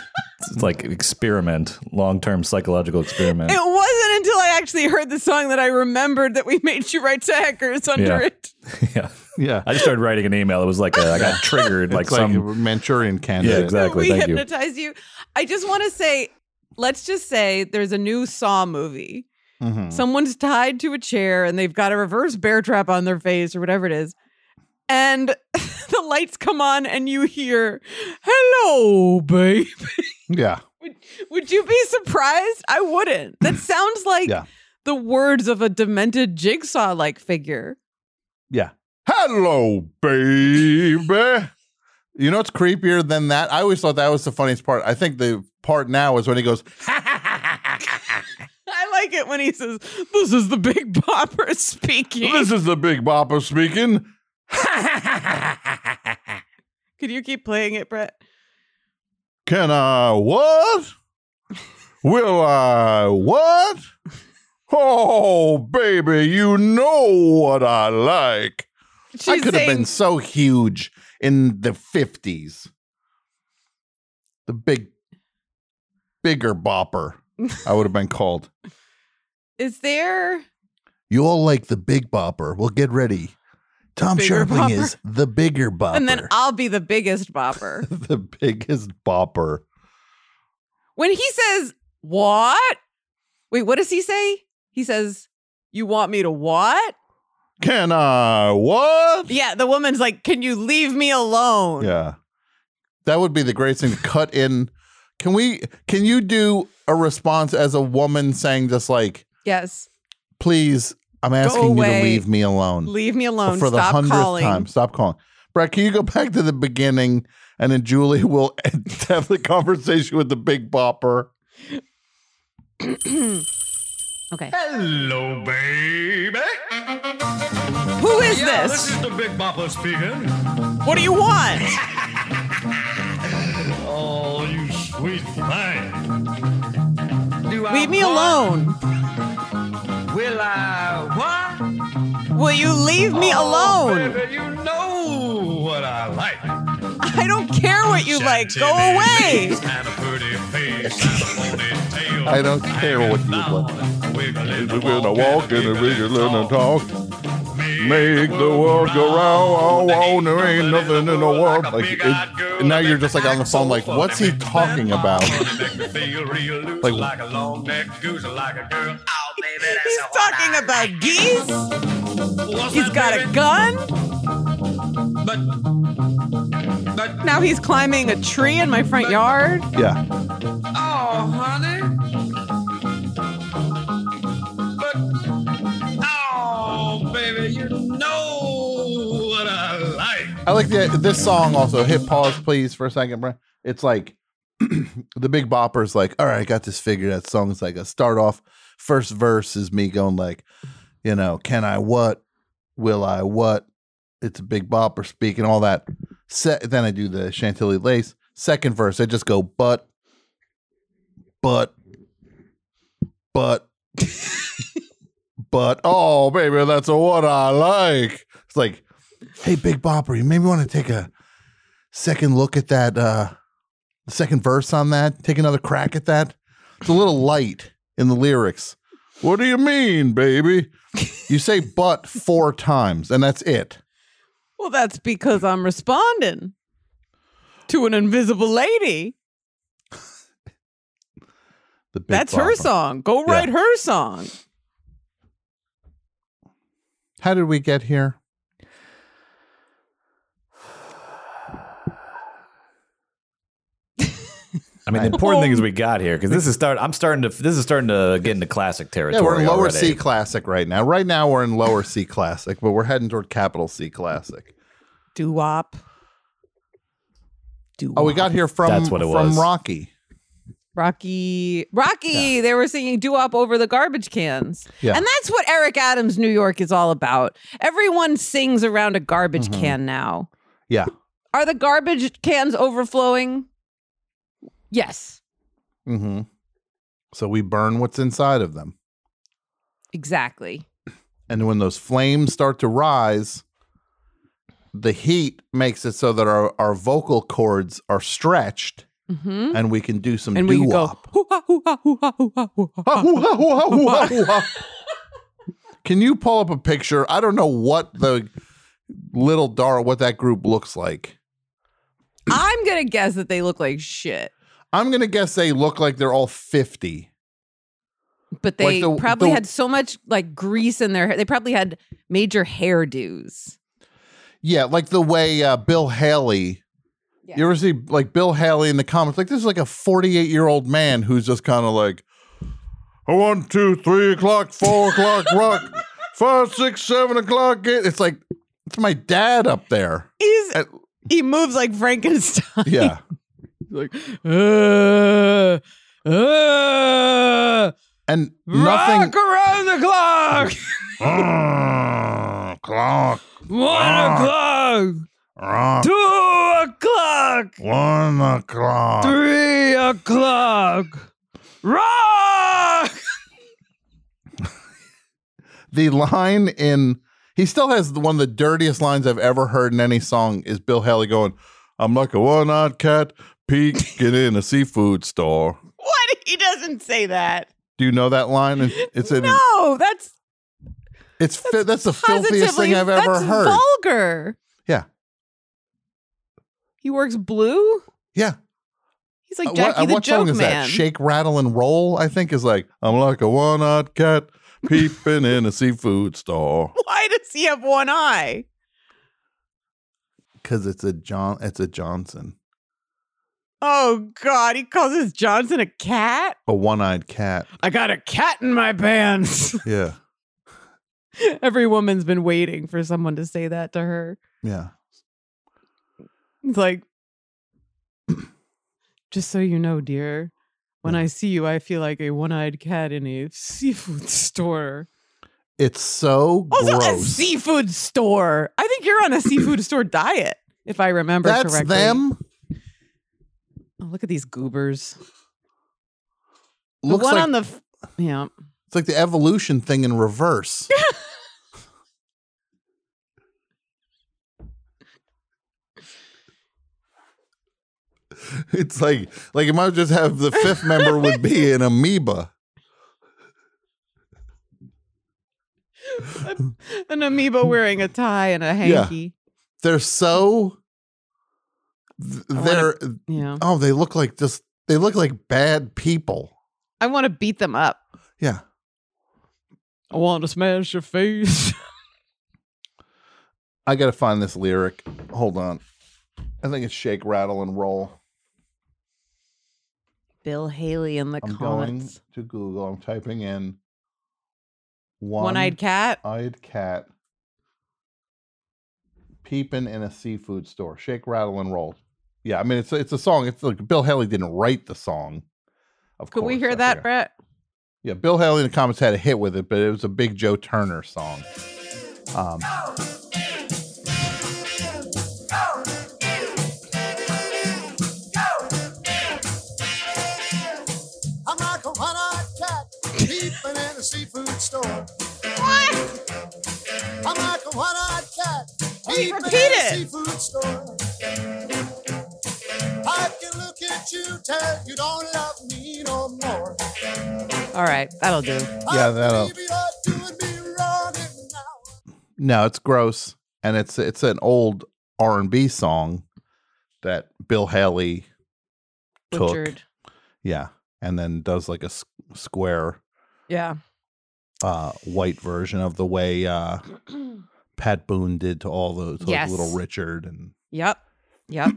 [SPEAKER 3] like experiment, long term psychological experiment.
[SPEAKER 4] It wasn't until I actually heard the song that I remembered that we made you write to hackers under
[SPEAKER 3] Yeah.
[SPEAKER 4] it.
[SPEAKER 3] yeah.
[SPEAKER 2] Yeah.
[SPEAKER 3] I just started writing an email. It was like a, I got triggered like
[SPEAKER 2] It's like
[SPEAKER 3] some.
[SPEAKER 2] a Manchurian candidate.
[SPEAKER 3] Yeah, exactly.
[SPEAKER 4] we
[SPEAKER 3] Thank you.
[SPEAKER 4] hypnotize you. I just want to say, let's just say there's a new Saw movie.
[SPEAKER 2] Mhm.
[SPEAKER 4] Someone's tied to a chair and they've got a reverse bear trap on their face or whatever it is. And the lights come on and you hear, hello, babe.
[SPEAKER 2] Yeah.
[SPEAKER 4] Would, would you be surprised? I wouldn't. That sounds like
[SPEAKER 2] Yeah.
[SPEAKER 4] the words of a demented jigsaw like figure.
[SPEAKER 2] Yeah. Hello, baby. You know what's creepier than that? I always thought that was the funniest part. I think the part now is when he goes,
[SPEAKER 4] I like it when he says, This is the big bopper speaking.
[SPEAKER 2] This is the big bopper speaking.
[SPEAKER 4] Could you keep playing it, Brett?
[SPEAKER 2] Can I what? Will I what? Oh, baby, you know what I like.
[SPEAKER 4] She's
[SPEAKER 2] I could have been so huge in the 50s. The big, bigger bopper, I would have been called.
[SPEAKER 4] Is there
[SPEAKER 2] You all like the big bopper. Well, get ready. Tom Sharpling
[SPEAKER 4] Bigger bopper.
[SPEAKER 2] is the bigger bopper.
[SPEAKER 4] and then I'll be the biggest bopper.
[SPEAKER 2] the biggest bopper.
[SPEAKER 4] when he says What? Wait, what does he say? He says, You want me to what?
[SPEAKER 2] Can I what?
[SPEAKER 4] Yeah, the woman's like, Can you leave me alone?
[SPEAKER 2] Yeah. That would be the greatest thing. to Cut in. Can we can you do a response as a woman saying just like,
[SPEAKER 4] Yes.
[SPEAKER 2] please, I'm asking you to
[SPEAKER 4] away.
[SPEAKER 2] leave me alone.
[SPEAKER 4] Leave me alone.
[SPEAKER 2] for the
[SPEAKER 4] Oh, Stop
[SPEAKER 2] hundredth
[SPEAKER 4] calling.
[SPEAKER 2] time. Stop calling. Brett, can you go back to the beginning and then Julie will have the conversation with the big bopper?
[SPEAKER 4] okay.
[SPEAKER 7] Hello, baby.
[SPEAKER 4] Who is
[SPEAKER 7] Yeah,
[SPEAKER 4] this?
[SPEAKER 7] this is the Big Bopper speaking.
[SPEAKER 4] What do you want?
[SPEAKER 7] Oh, you sweet thing. Do I
[SPEAKER 4] Leave me
[SPEAKER 7] what?
[SPEAKER 4] alone.
[SPEAKER 7] Will I what?
[SPEAKER 4] Will you leave me
[SPEAKER 7] Oh,
[SPEAKER 4] alone?
[SPEAKER 7] Baby, you know what I like.
[SPEAKER 4] I don't care what you like. Go
[SPEAKER 7] Shanty
[SPEAKER 4] away.
[SPEAKER 7] legs and a pretty face and a ponytail.
[SPEAKER 2] I don't care what you
[SPEAKER 7] Down and wiggling and and wiggling and
[SPEAKER 2] talk.
[SPEAKER 7] Make the world go round. Oh, there ain't nothing in the world like
[SPEAKER 2] it-
[SPEAKER 7] it, Now you're just like on the phone, like, what's he talking about? like, a long necked goose, like a girl. Oh, baby, that's
[SPEAKER 4] He's
[SPEAKER 7] the one I
[SPEAKER 4] talking about geese.
[SPEAKER 7] What's
[SPEAKER 4] He's
[SPEAKER 7] that,
[SPEAKER 4] got a
[SPEAKER 7] baby?
[SPEAKER 4] gun.
[SPEAKER 7] But, but,
[SPEAKER 4] Now he's climbing a tree in my front yard.
[SPEAKER 2] Yeah.
[SPEAKER 7] oh, honey. But, oh, baby, you know what I like.
[SPEAKER 2] I like the, this song also. Hit pause, please, for a second, Brett. It's like the big bopper's like, all right, I got this figured out. Song's like a start off. First verse is me going like, you know, can I what? Will I what? It's a big bopper speaking, all that. Se- then I do the Chantilly lace. Second verse, I just go, but, but, but, but, oh, baby, that's what I like. It's like, hey, Big Bopper, you maybe want to take a second look at that, uh, second verse on that, take another crack at that. It's a little light in the lyrics. What do you mean, baby? You say but four times, and that's it.
[SPEAKER 4] Well, that's because I'm responding to an invisible lady.
[SPEAKER 2] The Big
[SPEAKER 4] That's her
[SPEAKER 2] Bopper.
[SPEAKER 4] song. Go write her song.
[SPEAKER 2] How did we get here?
[SPEAKER 3] I mean, the important thing is we got here because this is start. I'm starting to. This is starting to get into classic
[SPEAKER 2] Yeah,
[SPEAKER 3] territory.
[SPEAKER 2] we're in lower
[SPEAKER 3] already.
[SPEAKER 2] C classic right now. Right now, we're in lower C classic, but we're heading toward capital C classic.
[SPEAKER 4] Doo wop. Doo
[SPEAKER 2] Oh, we got here from
[SPEAKER 3] That's what it
[SPEAKER 2] from
[SPEAKER 3] was.
[SPEAKER 2] Rocky.
[SPEAKER 4] Rocky. Rocky. They were singing doo wop over the garbage cans.
[SPEAKER 2] Yeah.
[SPEAKER 4] And that's what Eric Adams' New York is all about. Everyone sings around a garbage
[SPEAKER 2] Mm-hmm.
[SPEAKER 4] can now.
[SPEAKER 2] Yeah,
[SPEAKER 4] Are the garbage cans overflowing? Yes,
[SPEAKER 2] mm-hmm. so we burn what's inside of them,
[SPEAKER 4] exactly.
[SPEAKER 2] and when those flames start to rise, the heat makes it so that our our vocal cords are stretched,
[SPEAKER 4] hmm
[SPEAKER 2] and we can do some
[SPEAKER 4] And we can go.
[SPEAKER 2] doo-wop.
[SPEAKER 4] hoo-ha, hoo-ha, hoo-ha, hoo-ha, hoo-ha.
[SPEAKER 2] Ah, hoo-ha, hoo-ha, hoo-ha, hoo-ha. Can you pull up a picture? I don't know what the little Dar, what that group looks like.
[SPEAKER 4] I'm gonna guess that they look like shit,
[SPEAKER 2] I'm gonna guess they look like they're all 50.
[SPEAKER 4] but they
[SPEAKER 2] the-
[SPEAKER 4] probably
[SPEAKER 2] the-
[SPEAKER 4] had so much like grease in their hair. They probably had major hairdos.
[SPEAKER 2] Yeah, like the way uh, Bill Haley.
[SPEAKER 4] Yeah.
[SPEAKER 2] You ever see like Bill Haley in the comics? Like this is like a 48 year old man who's just kind of like one, two, three o'clock, four o'clock, rock, five, six, seven o'clock. Eight. It's like it's my dad up there.
[SPEAKER 4] He's
[SPEAKER 2] Uh,
[SPEAKER 4] he moves like Frankenstein.
[SPEAKER 2] Yeah.
[SPEAKER 4] like uh, uh,
[SPEAKER 2] And nothing
[SPEAKER 4] rock around the clock.
[SPEAKER 2] Ah, clock
[SPEAKER 4] One o'clock.
[SPEAKER 2] rock
[SPEAKER 4] Two o'clock.
[SPEAKER 2] one o'clock.
[SPEAKER 4] Three o'clock. Rock.
[SPEAKER 2] the line in he still has the- one of the dirtiest lines I've ever heard in any song is Bill Haley going, "I'm like a one-eyed cat peeking in a seafood store."
[SPEAKER 4] What? He doesn't say that.
[SPEAKER 2] Do you know that line? And It's in
[SPEAKER 4] No, that's
[SPEAKER 2] it's fi- that's the filthiest
[SPEAKER 4] positively
[SPEAKER 2] thing I've ever
[SPEAKER 4] that's
[SPEAKER 2] heard.
[SPEAKER 4] Vulgar.
[SPEAKER 2] Yeah.
[SPEAKER 4] He works blue.
[SPEAKER 2] yeah,
[SPEAKER 4] He's like
[SPEAKER 2] Uh,
[SPEAKER 4] Jackie the
[SPEAKER 2] what
[SPEAKER 4] Joke
[SPEAKER 2] song is
[SPEAKER 4] Man.
[SPEAKER 2] that? Shake, rattle, and roll. I think is like I'm like a one-eyed cat peeping in a seafood store
[SPEAKER 4] Why does he have one eye?
[SPEAKER 2] because it's a John. It's a Johnson,
[SPEAKER 4] Oh God, he calls his Johnson a cat.
[SPEAKER 2] a one-eyed cat.
[SPEAKER 4] I got a cat in my pants.
[SPEAKER 2] Yeah,
[SPEAKER 4] Every woman's been waiting for someone to say that to her.
[SPEAKER 2] yeah.
[SPEAKER 4] It's like, just so you know, dear, when I see you, I feel like a one-eyed cat in a seafood store.
[SPEAKER 2] It's so
[SPEAKER 4] Also, a
[SPEAKER 2] gross.
[SPEAKER 4] seafood store. I think you're on a seafood store diet, if I remember
[SPEAKER 2] That's
[SPEAKER 4] correctly.
[SPEAKER 2] them.
[SPEAKER 4] Oh, look at these goobers.
[SPEAKER 2] Looks
[SPEAKER 4] the one
[SPEAKER 2] like
[SPEAKER 4] on the f- yeah.
[SPEAKER 2] it's like the evolution thing in reverse. it's like like it might just have the fifth member would be an amoeba.
[SPEAKER 4] an
[SPEAKER 2] Hmm.
[SPEAKER 4] amoeba wearing a tie and a hanky.
[SPEAKER 2] They're so th-
[SPEAKER 4] wanna-
[SPEAKER 2] they're
[SPEAKER 4] Yeah.
[SPEAKER 2] oh they look like just they look like bad people.
[SPEAKER 4] I want to beat them up.
[SPEAKER 2] Yeah.
[SPEAKER 4] I want to smash your face.
[SPEAKER 2] I gotta find this lyric. Hold on. I think it's shake, rattle, and roll.
[SPEAKER 4] Bill Haley in the
[SPEAKER 2] I'm going
[SPEAKER 4] comments.
[SPEAKER 2] to Google. I'm typing in
[SPEAKER 4] One eyed cat.
[SPEAKER 2] eyed cat peeping in a seafood store. Shake, rattle, and roll. Yeah, I mean it's it's a song. It's like Bill Haley didn't write the song. Of
[SPEAKER 4] Could we
[SPEAKER 2] course, I
[SPEAKER 4] hear that,
[SPEAKER 2] forget.
[SPEAKER 4] Brett?
[SPEAKER 2] Yeah, Bill Haley in the comments had a hit with it, but it was a big Joe Turner song. Um,
[SPEAKER 1] I'm like a one-eyed cat peeping in a seafood store. What? I'm like a one-eyed cat peeping
[SPEAKER 4] repeat
[SPEAKER 1] in
[SPEAKER 4] it.
[SPEAKER 1] a seafood store. I can look at you, tell you don't love me no more.
[SPEAKER 4] All right, that'll do.
[SPEAKER 2] Yeah, that'll-
[SPEAKER 1] Baby, you're doing me wrong and now.
[SPEAKER 2] no, it's gross, and it's it's an old R and B song that Bill Haley took.
[SPEAKER 4] Butchered.
[SPEAKER 2] Yeah, and then does like a s- square
[SPEAKER 4] Yeah.
[SPEAKER 2] uh, white version of the way uh, Pat Boone did to all those to, like,
[SPEAKER 4] Yes.
[SPEAKER 2] Little Richard and
[SPEAKER 4] Yep. Yep.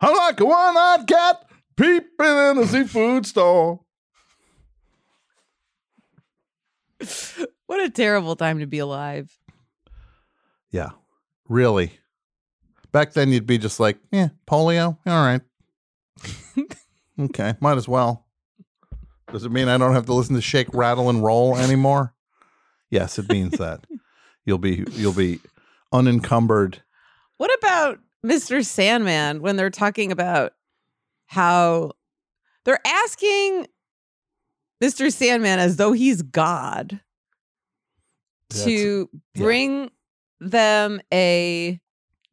[SPEAKER 2] I'm like a one-eyed cat peeping in a seafood store.
[SPEAKER 4] what a terrible time to be alive.
[SPEAKER 2] Yeah, really. Back then, you'd be just like, yeah, polio. All right, okay, might as well. Does it mean I don't have to listen to Shake, Rattle, and Roll anymore? Yes, it means that you'll be you'll be unencumbered.
[SPEAKER 4] What about Mr. Sandman when they're talking about how they're asking Mr. Sandman as though he's God
[SPEAKER 2] That's-
[SPEAKER 4] to
[SPEAKER 2] yeah.
[SPEAKER 4] bring them a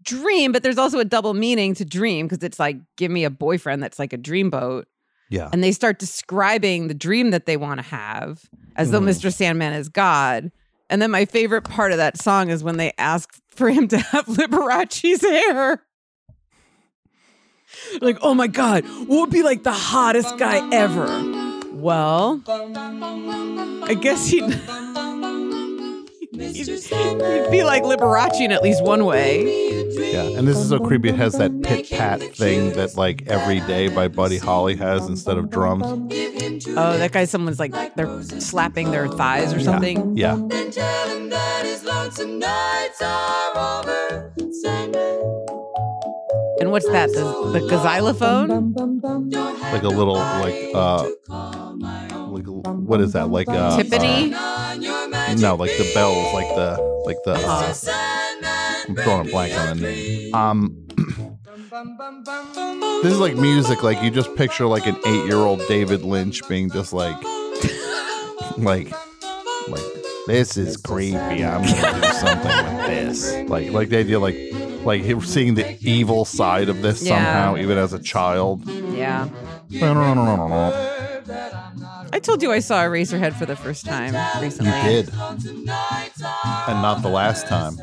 [SPEAKER 4] dream, but there's also a double meaning to dream because it's like, give me a boyfriend that's like a dreamboat.
[SPEAKER 2] Yeah,
[SPEAKER 4] And they start describing the dream that they want to have as though
[SPEAKER 2] Mhm.
[SPEAKER 4] Mr. Sandman is God. And then my favorite part of that song is when they ask for him to have Liberace's hair. Like, oh my God, what would be like the hottest guy ever? Well, I guess he'd, he'd, he'd be like Liberace in at least one way.
[SPEAKER 2] Yeah, and this is so creepy. It has that pit pat thing that like every day by Buddy Holly has instead of drums.
[SPEAKER 4] Oh, that guy, someone's like, they're slapping their thighs or something.
[SPEAKER 2] Yeah,
[SPEAKER 4] And what's that? The, the xylophone?
[SPEAKER 2] like a little like uh, like what is that? Like uh,
[SPEAKER 4] Tiffany?
[SPEAKER 2] uh, no, like the bells, like the like the. Uh, I'm throwing a blank on the name. Um, this is like music. Like you just picture like an eight-year-old David Lynch being just like, like, like this is creepy. I'm gonna do something with this. Like, like the idea, like, like him seeing the evil side of this
[SPEAKER 4] Yeah.
[SPEAKER 2] somehow, even as a child.
[SPEAKER 4] yeah. I told you I saw Eraserhead for the first time recently.
[SPEAKER 2] You did, and not the last time.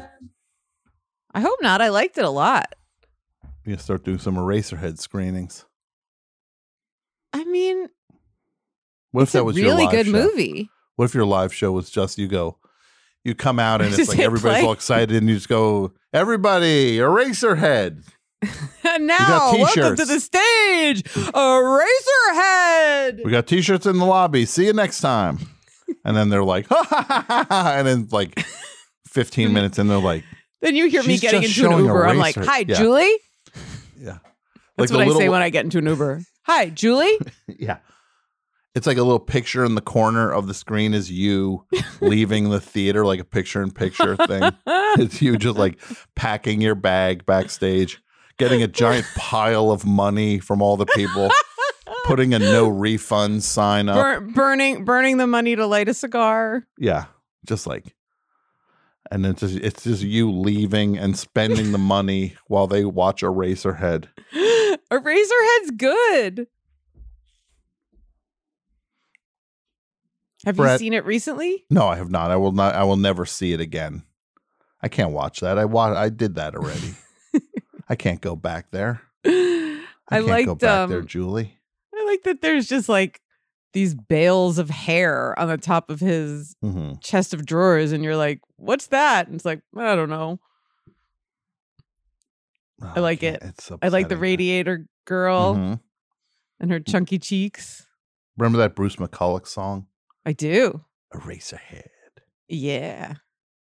[SPEAKER 4] I hope not. I liked it a lot.
[SPEAKER 2] You start doing some Eraserhead screenings.
[SPEAKER 4] I mean,
[SPEAKER 2] What if
[SPEAKER 4] it's a
[SPEAKER 2] that was your
[SPEAKER 4] really
[SPEAKER 2] live
[SPEAKER 4] good
[SPEAKER 2] show?
[SPEAKER 4] movie.
[SPEAKER 2] What if your live show was just you go, you come out and it's
[SPEAKER 4] Just
[SPEAKER 2] like
[SPEAKER 4] hit
[SPEAKER 2] everybody's
[SPEAKER 4] play.
[SPEAKER 2] all excited and you just go, everybody, Eraserhead.
[SPEAKER 4] And now, welcome to
[SPEAKER 2] t-shirts.
[SPEAKER 4] the stage, Eraserhead.
[SPEAKER 2] We got t-shirts in the lobby. See you next time. And then they're like, ha ha ha ha, ha. and then like 15 minutes and they're like,
[SPEAKER 4] Then you hear me
[SPEAKER 2] She's
[SPEAKER 4] getting
[SPEAKER 2] just
[SPEAKER 4] into an
[SPEAKER 2] showing
[SPEAKER 4] Uber. I'm like,
[SPEAKER 2] Eraser-
[SPEAKER 4] "Hi,
[SPEAKER 2] yeah.
[SPEAKER 4] Julie."
[SPEAKER 2] yeah.
[SPEAKER 4] That's
[SPEAKER 2] the
[SPEAKER 4] what I say
[SPEAKER 2] little-
[SPEAKER 4] when I get into an Uber. Hi, Julie.
[SPEAKER 2] Yeah. It's like a little picture in the corner of the screen is you leaving the theater, like a picture in picture thing. It's you just like packing your bag backstage, getting a giant pile of money from all the people, putting a no refund sign up.
[SPEAKER 4] Bur- burning, burning the money to light a cigar.
[SPEAKER 2] Yeah. Just like and it's just, it's just you leaving and spending the money while they watch Eraserhead.
[SPEAKER 4] Eraserhead's good. Have you
[SPEAKER 2] Brett.
[SPEAKER 4] seen it recently?
[SPEAKER 2] No, I have not. I will not. I will never see it again. I can't watch that. I wa- I did that already. I can't go back there.
[SPEAKER 4] I,
[SPEAKER 2] I, can't go
[SPEAKER 4] liked.
[SPEAKER 2] back there,
[SPEAKER 4] Um,
[SPEAKER 2] Julie.
[SPEAKER 4] I like that. There's just like these bales of hair on the top of his
[SPEAKER 2] hmm
[SPEAKER 4] chest of drawers, and you're like, "What's that?" And it's like, "I don't know." I like it.
[SPEAKER 2] Oh, It's
[SPEAKER 4] I like the
[SPEAKER 2] upsetting.
[SPEAKER 4] radiator girl
[SPEAKER 2] Mhm.
[SPEAKER 4] and her chunky cheeks.
[SPEAKER 2] Remember that Bruce McCulloch song,
[SPEAKER 4] I do.
[SPEAKER 2] Eraserhead.
[SPEAKER 4] Yeah.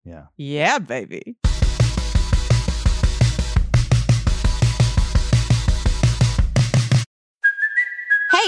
[SPEAKER 2] Yeah.
[SPEAKER 4] Yeah, baby.
[SPEAKER 8] Hey,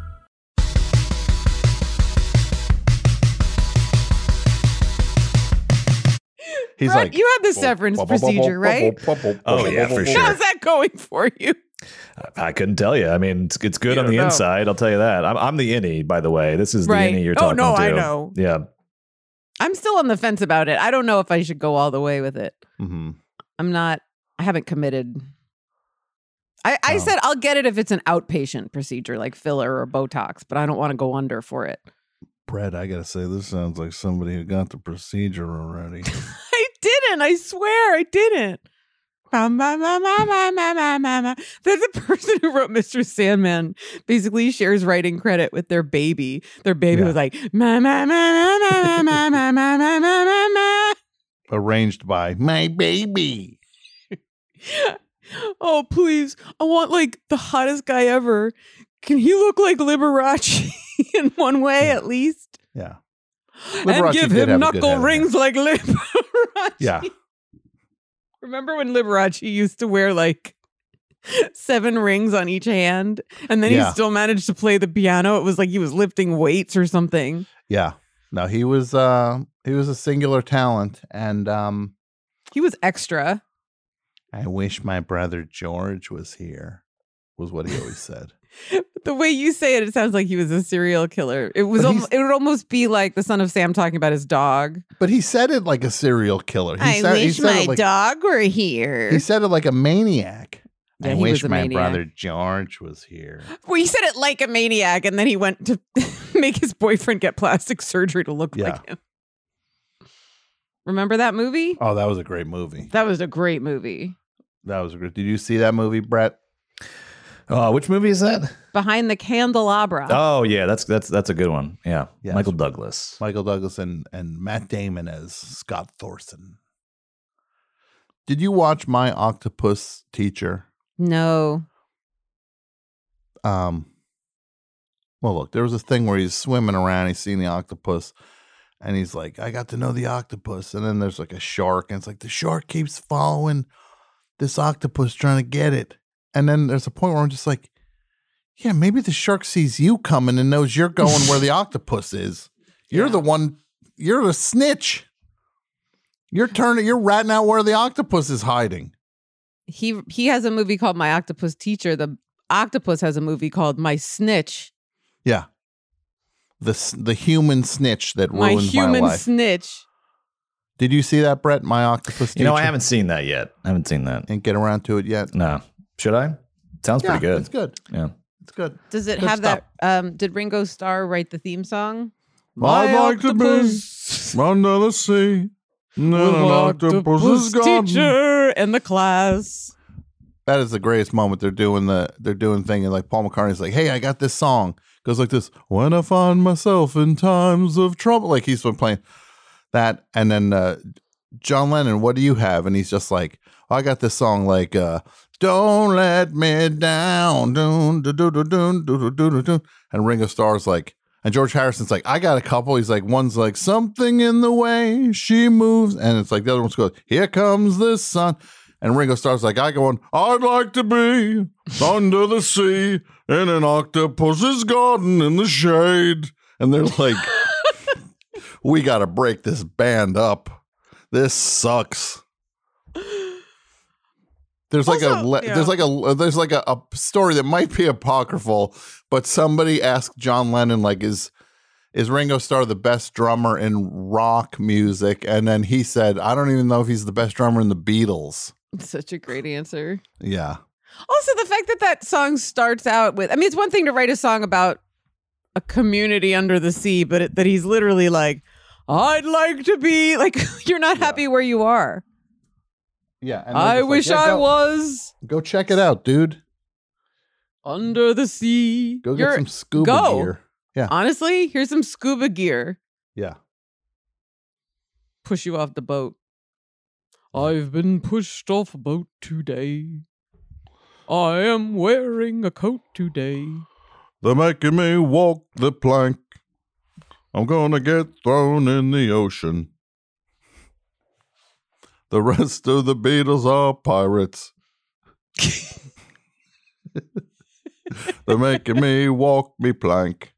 [SPEAKER 2] He's
[SPEAKER 4] Brett,
[SPEAKER 2] like,
[SPEAKER 4] you had the severance procedure, right?
[SPEAKER 3] Oh, yeah, for sure.
[SPEAKER 4] How's that going for you?
[SPEAKER 3] I couldn't tell you. I mean, it's, it's good on the
[SPEAKER 4] don't know.
[SPEAKER 3] inside. I'll tell you that. I'm, I'm the innie, by the way. This is
[SPEAKER 4] Right.
[SPEAKER 3] the innie you're
[SPEAKER 4] Oh,
[SPEAKER 3] talking
[SPEAKER 4] no,
[SPEAKER 3] to.
[SPEAKER 4] I know.
[SPEAKER 3] Yeah.
[SPEAKER 4] I'm still on the fence about it. I don't know if I should go all the way with it.
[SPEAKER 2] Mhm.
[SPEAKER 4] I'm not, I haven't committed. I, I
[SPEAKER 2] No.
[SPEAKER 4] said I'll get it if it's an outpatient procedure like filler or Botox, but I don't want to go under for it.
[SPEAKER 2] Brett, I gotta say, this sounds like somebody who got the procedure already.
[SPEAKER 4] I didn't. I swear I didn't. Ma, ma, ma, ma, ma, ma, ma, ma, ma. That the person who wrote Mr. Sandman basically shares writing credit with their baby. Their baby
[SPEAKER 3] Yeah.
[SPEAKER 4] was like ma ma ma ma ma ma ma ma ma ma ma ma ma.
[SPEAKER 2] Arranged by my baby.
[SPEAKER 4] Oh please, I want like the hottest guy ever. Can he look like Liberace in one way at least?
[SPEAKER 2] Yeah,
[SPEAKER 4] and
[SPEAKER 2] Liberace
[SPEAKER 4] give
[SPEAKER 2] did have a good
[SPEAKER 4] him knuckle
[SPEAKER 2] head in
[SPEAKER 4] rings like Liberace.
[SPEAKER 2] yeah.
[SPEAKER 4] Remember when Liberace used to wear like seven rings on each hand and then
[SPEAKER 2] Yeah.
[SPEAKER 4] he still managed to play the piano? It was like he was lifting weights or something.
[SPEAKER 2] Yeah. No, he was uh he was a singular talent and um
[SPEAKER 4] He was extra.
[SPEAKER 2] I wish my brother George was here was what he always said.
[SPEAKER 4] The way you say it, it sounds like he was a serial killer. It was.
[SPEAKER 2] But
[SPEAKER 4] Al-
[SPEAKER 2] he's-
[SPEAKER 4] it would almost be like the son of Sam talking about his dog.
[SPEAKER 2] But he said it like a serial killer. He said, he said it like,
[SPEAKER 4] dog were here.
[SPEAKER 2] He said it like a maniac.
[SPEAKER 4] Yeah,
[SPEAKER 2] I
[SPEAKER 4] he was
[SPEAKER 2] wish
[SPEAKER 4] a
[SPEAKER 2] my
[SPEAKER 4] maniac.
[SPEAKER 2] brother George was here.
[SPEAKER 4] Well, he said it like a maniac, and then he went to make his boyfriend get plastic surgery to look like him. Remember that movie?
[SPEAKER 2] Oh, that was a great movie.
[SPEAKER 4] That was a great movie.
[SPEAKER 2] That was a great. Did you see that movie, Brett?
[SPEAKER 3] Uh, which movie is that?
[SPEAKER 4] Behind the Candelabra.
[SPEAKER 3] Oh, yeah. That's that's that's a good one. Yeah.
[SPEAKER 2] Yes.
[SPEAKER 3] Michael Douglas.
[SPEAKER 2] Michael Douglas and, and Matt Damon as Scott Thorson. Did you watch My Octopus Teacher?
[SPEAKER 4] No.
[SPEAKER 2] um well look there was this thing where he's swimming around he's seeing the octopus and he's like i got to know the octopus and then there's like a shark and it's like the shark keeps following this octopus trying to get it and then there's a point where i'm just like yeah maybe the shark sees you coming and knows you're going where the octopus is you're the one you're the snitch you're turning you're ratting out where the octopus is hiding
[SPEAKER 4] He he has a movie called My Octopus Teacher. The octopus has a movie called My Snitch.
[SPEAKER 2] yeah the s- the human snitch that
[SPEAKER 4] My
[SPEAKER 2] ruins my,
[SPEAKER 4] human
[SPEAKER 2] life.
[SPEAKER 4] snitch.
[SPEAKER 2] Did you see that, Brett? My octopus.
[SPEAKER 3] You know, I
[SPEAKER 2] teacher?
[SPEAKER 3] haven't seen that yet. I haven't seen that.
[SPEAKER 2] Didn't get around to it yet.
[SPEAKER 3] No. Should I? Sounds
[SPEAKER 2] yeah,
[SPEAKER 3] pretty good.
[SPEAKER 2] It's good.
[SPEAKER 3] Yeah.
[SPEAKER 2] It's good.
[SPEAKER 4] Does it
[SPEAKER 2] Good
[SPEAKER 4] have
[SPEAKER 2] stuff.
[SPEAKER 4] that? Um, did Ringo Starr write the theme song?
[SPEAKER 2] My octopus under the sea. No, no, octopus is gone.
[SPEAKER 4] teacher in the class.
[SPEAKER 2] That is the greatest moment. They're doing the they're doing thing, and like Paul McCartney's like, "Hey, I got this song." Goes like this: "When I find myself in times of trouble," like he's been playing that, and then uh, John Lennon, "What do you have?" And he's just like, oh, "I got this song like." Uh, don't let me down. Dun, dun, dun, dun, dun, dun, dun, dun, dun. And Ringo Starr's like, and George Harrison's like, I got a couple. He's like, one's like, something in the way she moves. And it's like, the other one's goes, here comes the sun. And Ringo Starr's like, I go on, I'd like to be under the sea in an octopus's garden in the shade. And they're like, we got to break this band up. This sucks. There's like a
[SPEAKER 4] Also-
[SPEAKER 2] le-
[SPEAKER 4] yeah.
[SPEAKER 2] there's like a there's like a, a story that might be apocryphal, but somebody asked John Lennon like is is Ringo Starr the best drummer in rock music? And then he said, I don't even know if he's the best drummer in the Beatles.
[SPEAKER 4] It's such a great answer.
[SPEAKER 2] Yeah.
[SPEAKER 4] Also, the fact that that song starts out with I mean, it's one thing to write a song about a community under the sea, but it, that he's literally like, I'd like to be like, you're not happy where you are.
[SPEAKER 2] Yeah. And they're
[SPEAKER 4] I
[SPEAKER 2] just like,
[SPEAKER 4] wish
[SPEAKER 2] "Yeah,
[SPEAKER 4] I
[SPEAKER 2] go-
[SPEAKER 4] was
[SPEAKER 2] Go check it out, dude.
[SPEAKER 4] under the sea.
[SPEAKER 2] Go get
[SPEAKER 4] You're-
[SPEAKER 2] some scuba
[SPEAKER 4] go.
[SPEAKER 2] gear.
[SPEAKER 4] Honestly, here's some scuba gear.
[SPEAKER 2] Yeah.
[SPEAKER 4] Push you off the boat. I've been pushed off a boat today. I am wearing a coat today.
[SPEAKER 2] They're making me walk the plank. I'm gonna get thrown in the ocean. The rest of the Beatles are pirates. They're making me walk me plank.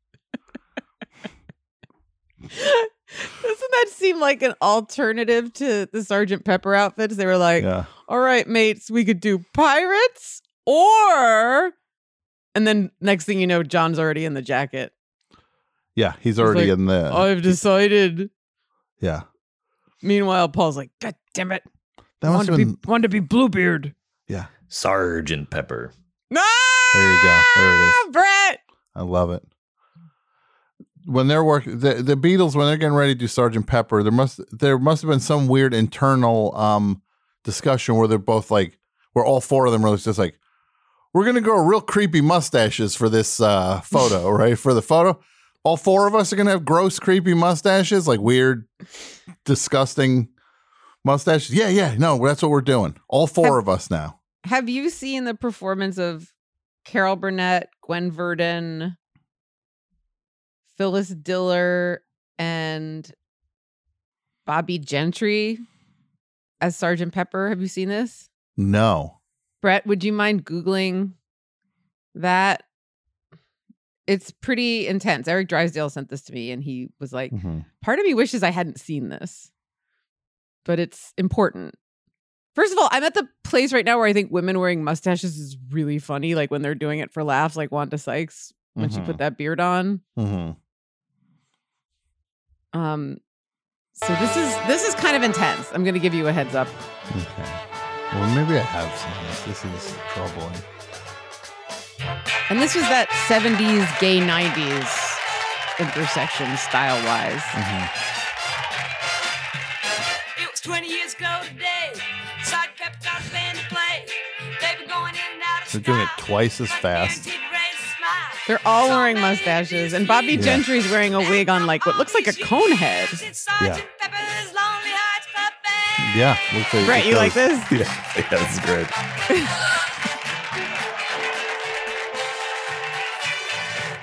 [SPEAKER 4] Doesn't that seem like an alternative to the Sergeant Pepper outfits? They were like,
[SPEAKER 2] Yeah.
[SPEAKER 4] all right, mates, we could do pirates or. And then next thing you know, John's already in the jacket.
[SPEAKER 2] Yeah, he's already
[SPEAKER 4] like,
[SPEAKER 2] in the
[SPEAKER 4] I've decided.
[SPEAKER 2] Yeah.
[SPEAKER 4] Meanwhile, Paul's like, God damn it.
[SPEAKER 2] That must have been
[SPEAKER 4] wanted to be Bluebeard.
[SPEAKER 2] Yeah.
[SPEAKER 3] Sergeant Pepper.
[SPEAKER 4] No!
[SPEAKER 2] There you go. There it is.
[SPEAKER 4] Brett!
[SPEAKER 2] I love it. When they're working, the, the Beatles, when they're getting ready to do Sergeant Pepper, there must there must have been some weird internal um discussion where they're both like, where all four of them are just like, we're gonna grow real creepy mustaches for this uh photo, right? For the photo, all four of us are gonna have gross, creepy mustaches, like weird, disgusting mustaches. Yeah, yeah, no, that's what we're doing. All four of us now.
[SPEAKER 4] Have you seen the performance of Carol Burnett, Gwen Verdon, Phyllis Diller, and Bobby Gentry as Sergeant Pepper? Have you seen this?
[SPEAKER 2] No,
[SPEAKER 4] Brett, would you mind Googling that? It's pretty intense. Eric Drysdale sent this to me and he was like,
[SPEAKER 3] Hmm.
[SPEAKER 2] Mm-hmm.
[SPEAKER 4] part of me wishes I hadn't seen this, but it's important. First of all, I'm at the place right now where I think women wearing mustaches is really funny. Like when they're doing it for laughs, like Wanda Sykes when she put that beard on.
[SPEAKER 2] mm-hmm.
[SPEAKER 4] Um, so this is this is kind of intense. I'm gonna give you a heads up.
[SPEAKER 2] Okay. Well, maybe I have some of this. This is troubling.
[SPEAKER 4] And this was that 70s gay 90s intersection style wise.
[SPEAKER 9] It was 20 years ago today. Side Pep got a band to play. They were going in and out of
[SPEAKER 2] They're doing it
[SPEAKER 9] style,
[SPEAKER 2] twice as
[SPEAKER 9] but
[SPEAKER 2] fast.
[SPEAKER 9] guaranteed to raise a smile.
[SPEAKER 4] They're all wearing mustaches, and Bobby
[SPEAKER 2] Yeah.
[SPEAKER 4] Gentry's wearing a wig on like what looks like a cone head.
[SPEAKER 9] It's Sergeant Pepper's Lonely Hearts Club Band.
[SPEAKER 2] Yeah. Looks like
[SPEAKER 4] Brett,
[SPEAKER 2] it
[SPEAKER 4] you like
[SPEAKER 2] does.
[SPEAKER 4] this?
[SPEAKER 3] Yeah. Yeah, this is great.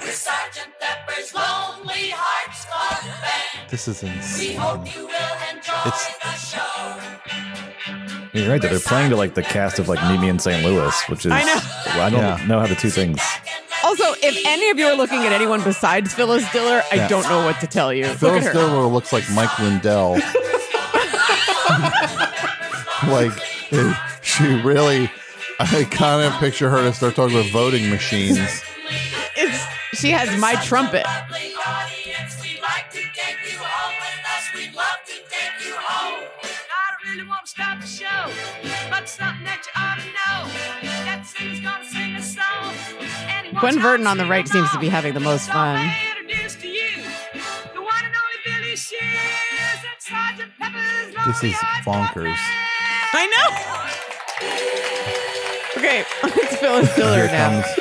[SPEAKER 9] It's Sergeant Pepper's Lonely Hearts Club Band.
[SPEAKER 2] This is
[SPEAKER 9] We
[SPEAKER 2] insane.
[SPEAKER 9] hope you will enjoy
[SPEAKER 2] It's-
[SPEAKER 9] the show.
[SPEAKER 3] You're right. That they're playing to like the cast of like Meet Me in St. Louis, which is
[SPEAKER 4] I know.
[SPEAKER 3] I don't
[SPEAKER 2] Yeah.
[SPEAKER 3] know how the two things.
[SPEAKER 4] Also, if any of you are looking at anyone besides Phyllis Diller, I
[SPEAKER 2] Yeah.
[SPEAKER 4] don't know what to tell you. Look
[SPEAKER 2] Phil
[SPEAKER 4] at her.
[SPEAKER 2] Stiller looks like Mike Lindell. like eh, she really. I kind of picture her to start talking about voting machines.
[SPEAKER 4] It's, she has my trumpet. Gwen Verdon on the right seems to be having the most fun.
[SPEAKER 9] Introduced to you, the one and only Billy Shears and Sergeant Pepper's
[SPEAKER 2] This is bonkers.
[SPEAKER 4] I know. Okay, it's Phyllis Diller
[SPEAKER 2] Here
[SPEAKER 4] now.
[SPEAKER 2] comes.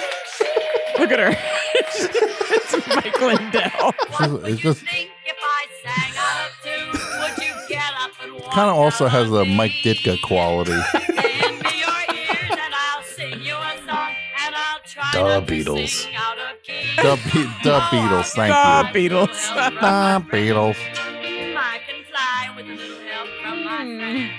[SPEAKER 4] Look at her. it's Mike Lindell.
[SPEAKER 2] It's just
[SPEAKER 9] If I sang out of tune, would you get up and walk?
[SPEAKER 2] kind of also has a Mike Ditka quality.
[SPEAKER 9] Lend me your ears and I'll sing you a song and I'll try
[SPEAKER 2] The
[SPEAKER 9] not to
[SPEAKER 2] Beatles.
[SPEAKER 9] sing out of key.
[SPEAKER 2] The, Be- the Beatles, thank
[SPEAKER 4] The
[SPEAKER 2] you.
[SPEAKER 4] Beatles.
[SPEAKER 2] The Beatles.
[SPEAKER 9] I can fly with a little help from my friends.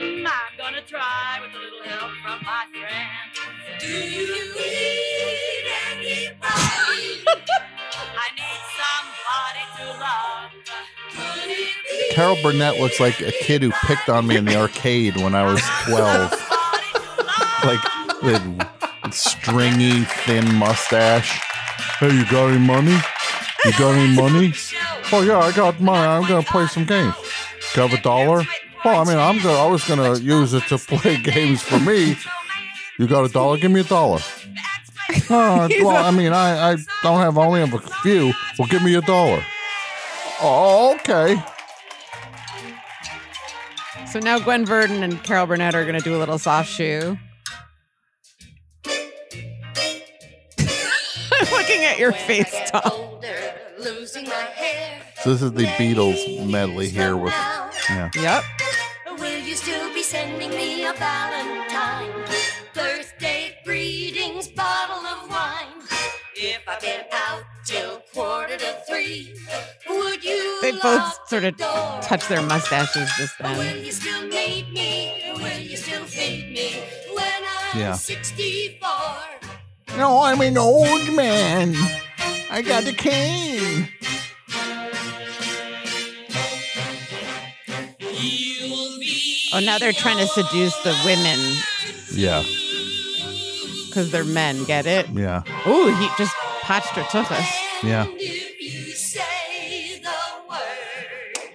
[SPEAKER 9] I'm gonna try with a little help from my friends. Do you need anybody? I need somebody to love. Could it be
[SPEAKER 2] Carol Burnett looks like a kid who picked on me in the arcade when I was 12. like the stringy, thin mustache. Hey, you got any money? You got any money? Oh, yeah, I got money. I'm going to play some games. Do you have a dollar? Well, I mean, I'm gonna, I was going to use it to play games for me. You got a dollar? Give me a dollar. Uh, well, I mean, I, I don't have only have a few. Well, give me a dollar. Oh, okay.
[SPEAKER 4] So now Gwen Verdon and Carol Burnett are going to do a little soft shoe. I'm looking at your face, Tom.
[SPEAKER 9] losing my hair?
[SPEAKER 2] So this is the Beatles medley here with yeah.
[SPEAKER 4] Yep.
[SPEAKER 9] Will you still be sending me a Valentine? Birthday greetings, bottle of wine. If I've been out till quarter to three, would you
[SPEAKER 4] They
[SPEAKER 9] lock
[SPEAKER 4] both sort of
[SPEAKER 9] the door?
[SPEAKER 4] touch their mustaches just
[SPEAKER 9] Will
[SPEAKER 4] then.
[SPEAKER 9] you still need me? Will you still feed me when I'm
[SPEAKER 2] Yeah.
[SPEAKER 9] 64?
[SPEAKER 2] No, I'm an old man. I got a cane.
[SPEAKER 4] Oh, now they're trying to seduce the women
[SPEAKER 2] Yeah,
[SPEAKER 4] because they're men. Get it?
[SPEAKER 2] yeah,
[SPEAKER 4] Ooh, he just patched her tuchus.
[SPEAKER 2] yeah.
[SPEAKER 9] If you say the word,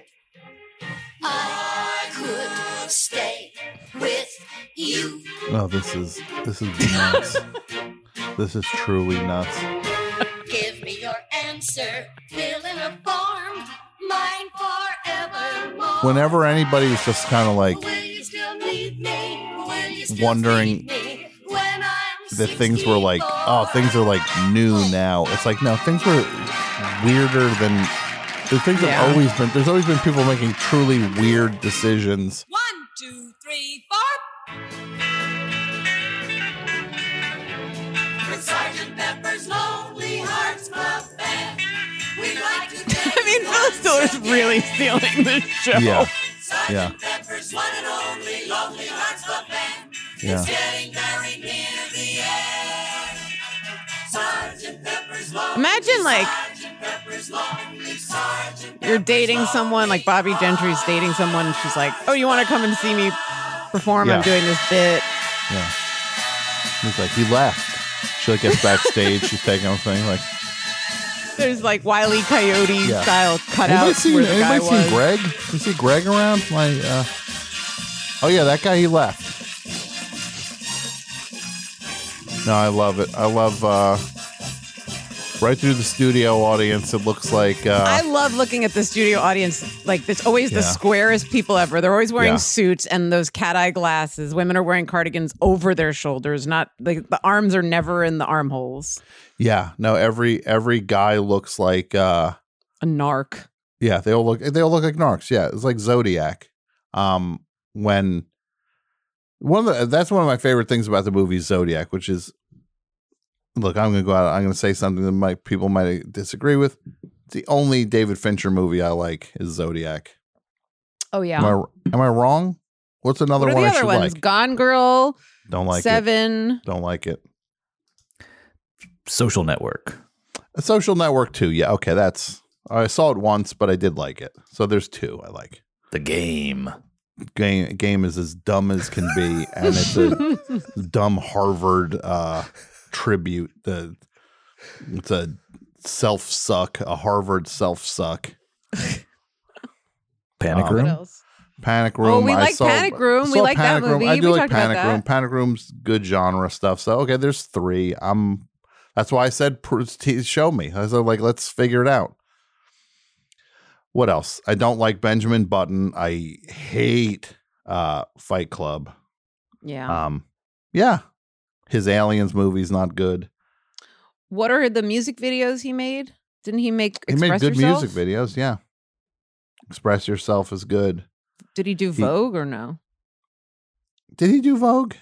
[SPEAKER 9] I could stay with you.
[SPEAKER 2] Oh, this is this is nuts. this is truly nuts.
[SPEAKER 9] Give me your answer, fill in a form, mine forevermore.
[SPEAKER 2] Whenever anybody is just kind of like
[SPEAKER 9] Will you still need me? Will you still
[SPEAKER 2] Wondering
[SPEAKER 9] need me when I'm
[SPEAKER 2] that, things were like,
[SPEAKER 9] 64?
[SPEAKER 2] oh, things are like new now. It's like no, things were weirder than the things
[SPEAKER 4] Yeah.
[SPEAKER 2] have always been. There's always been people making truly weird decisions.
[SPEAKER 9] One, two, three, four. With Sergeant Pepper's Lonely Hearts Club Band, we'd like to thank
[SPEAKER 4] I mean, Phyllis Diller's really stealing this show.
[SPEAKER 2] Yeah, yeah,
[SPEAKER 9] Sergeant Pepper's one and only Lonely Hearts Club Band.
[SPEAKER 2] yeah.
[SPEAKER 9] It's getting very near the end. Sergeant Pepper's Lonely.
[SPEAKER 4] Imagine like
[SPEAKER 9] Sergeant Pepper's Lonely. Sergeant
[SPEAKER 4] you're dating someone, like Bobby Gentry's dating someone, and she's like, "Oh, you want to come and see me perform? I'm
[SPEAKER 2] Yeah.
[SPEAKER 4] doing this bit."
[SPEAKER 2] Yeah. He's like, he left. She like gets backstage. she's taking her thing. Like,
[SPEAKER 4] There's like Wiley Coyote
[SPEAKER 2] Yeah.
[SPEAKER 4] style
[SPEAKER 2] anybody
[SPEAKER 4] cutouts
[SPEAKER 2] seen,
[SPEAKER 4] where the guy
[SPEAKER 2] anybody
[SPEAKER 4] was.
[SPEAKER 2] seen Greg? You see Greg around? Like, uh, oh yeah, that guy. He left. No, I love it. I love uh, right through the studio audience. It looks like
[SPEAKER 4] I
[SPEAKER 2] uh,
[SPEAKER 4] love looking at the studio audience. Like, there's always the
[SPEAKER 2] Yeah.
[SPEAKER 4] squarest people ever. They're always wearing
[SPEAKER 2] Yeah.
[SPEAKER 4] suits and those cat eye glasses. Women are wearing cardigans over their shoulders, not like the arms are never in the armholes.
[SPEAKER 2] yeah. No, every every guy looks like uh,
[SPEAKER 4] A narc.
[SPEAKER 2] Yeah, they all look they all look like narcs. Yeah, it's like Zodiac. Um, when one of the that's one of my favorite things about the movie Zodiac, which is look, I'm gonna go out, I'm gonna say something that might people might uh, disagree with. It's the only David Fincher movie I like is Zodiac.
[SPEAKER 4] Oh
[SPEAKER 2] Am
[SPEAKER 4] yeah.
[SPEAKER 2] I am I wrong? What's another
[SPEAKER 4] what are
[SPEAKER 2] one
[SPEAKER 4] the
[SPEAKER 2] I
[SPEAKER 4] other
[SPEAKER 2] should
[SPEAKER 4] ones?
[SPEAKER 2] like?
[SPEAKER 4] Gone Girl,
[SPEAKER 2] Don't like
[SPEAKER 4] Seven.
[SPEAKER 2] it. Don't like it.
[SPEAKER 3] Social network.
[SPEAKER 2] A social network too. Yeah, okay, that's I saw it once, but I did like it. So there's two I like.
[SPEAKER 3] The game.
[SPEAKER 2] game game is as dumb as can be, and it's a dumb Harvard uh, tribute. The it's a self suck, a Harvard self suck.
[SPEAKER 3] Panic
[SPEAKER 2] Um,
[SPEAKER 3] room.
[SPEAKER 4] What else?
[SPEAKER 2] Panic room.
[SPEAKER 4] Oh, we
[SPEAKER 2] I
[SPEAKER 4] like
[SPEAKER 2] saw-
[SPEAKER 4] Panic Room. We
[SPEAKER 2] saw
[SPEAKER 4] like that
[SPEAKER 2] Panic Room. I
[SPEAKER 4] movie.
[SPEAKER 2] do
[SPEAKER 4] We
[SPEAKER 2] like
[SPEAKER 4] talked about
[SPEAKER 2] Panic Room.
[SPEAKER 4] that.
[SPEAKER 2] Panic Room's good genre stuff. So okay, there's three. I'm That's why I said, pr- t- show me. I said, like, let's figure it out. What else? I don't like Benjamin Button. I hate uh, Fight Club.
[SPEAKER 4] Yeah.
[SPEAKER 2] Um, yeah. His Aliens movie's not good.
[SPEAKER 4] what are the music videos he made? Didn't he make
[SPEAKER 2] He
[SPEAKER 4] Express
[SPEAKER 2] made good
[SPEAKER 4] Yourself?
[SPEAKER 2] music videos. Yeah. Express Yourself is good.
[SPEAKER 4] Did he do
[SPEAKER 2] He-
[SPEAKER 4] Vogue or no?
[SPEAKER 2] Did he do Vogue?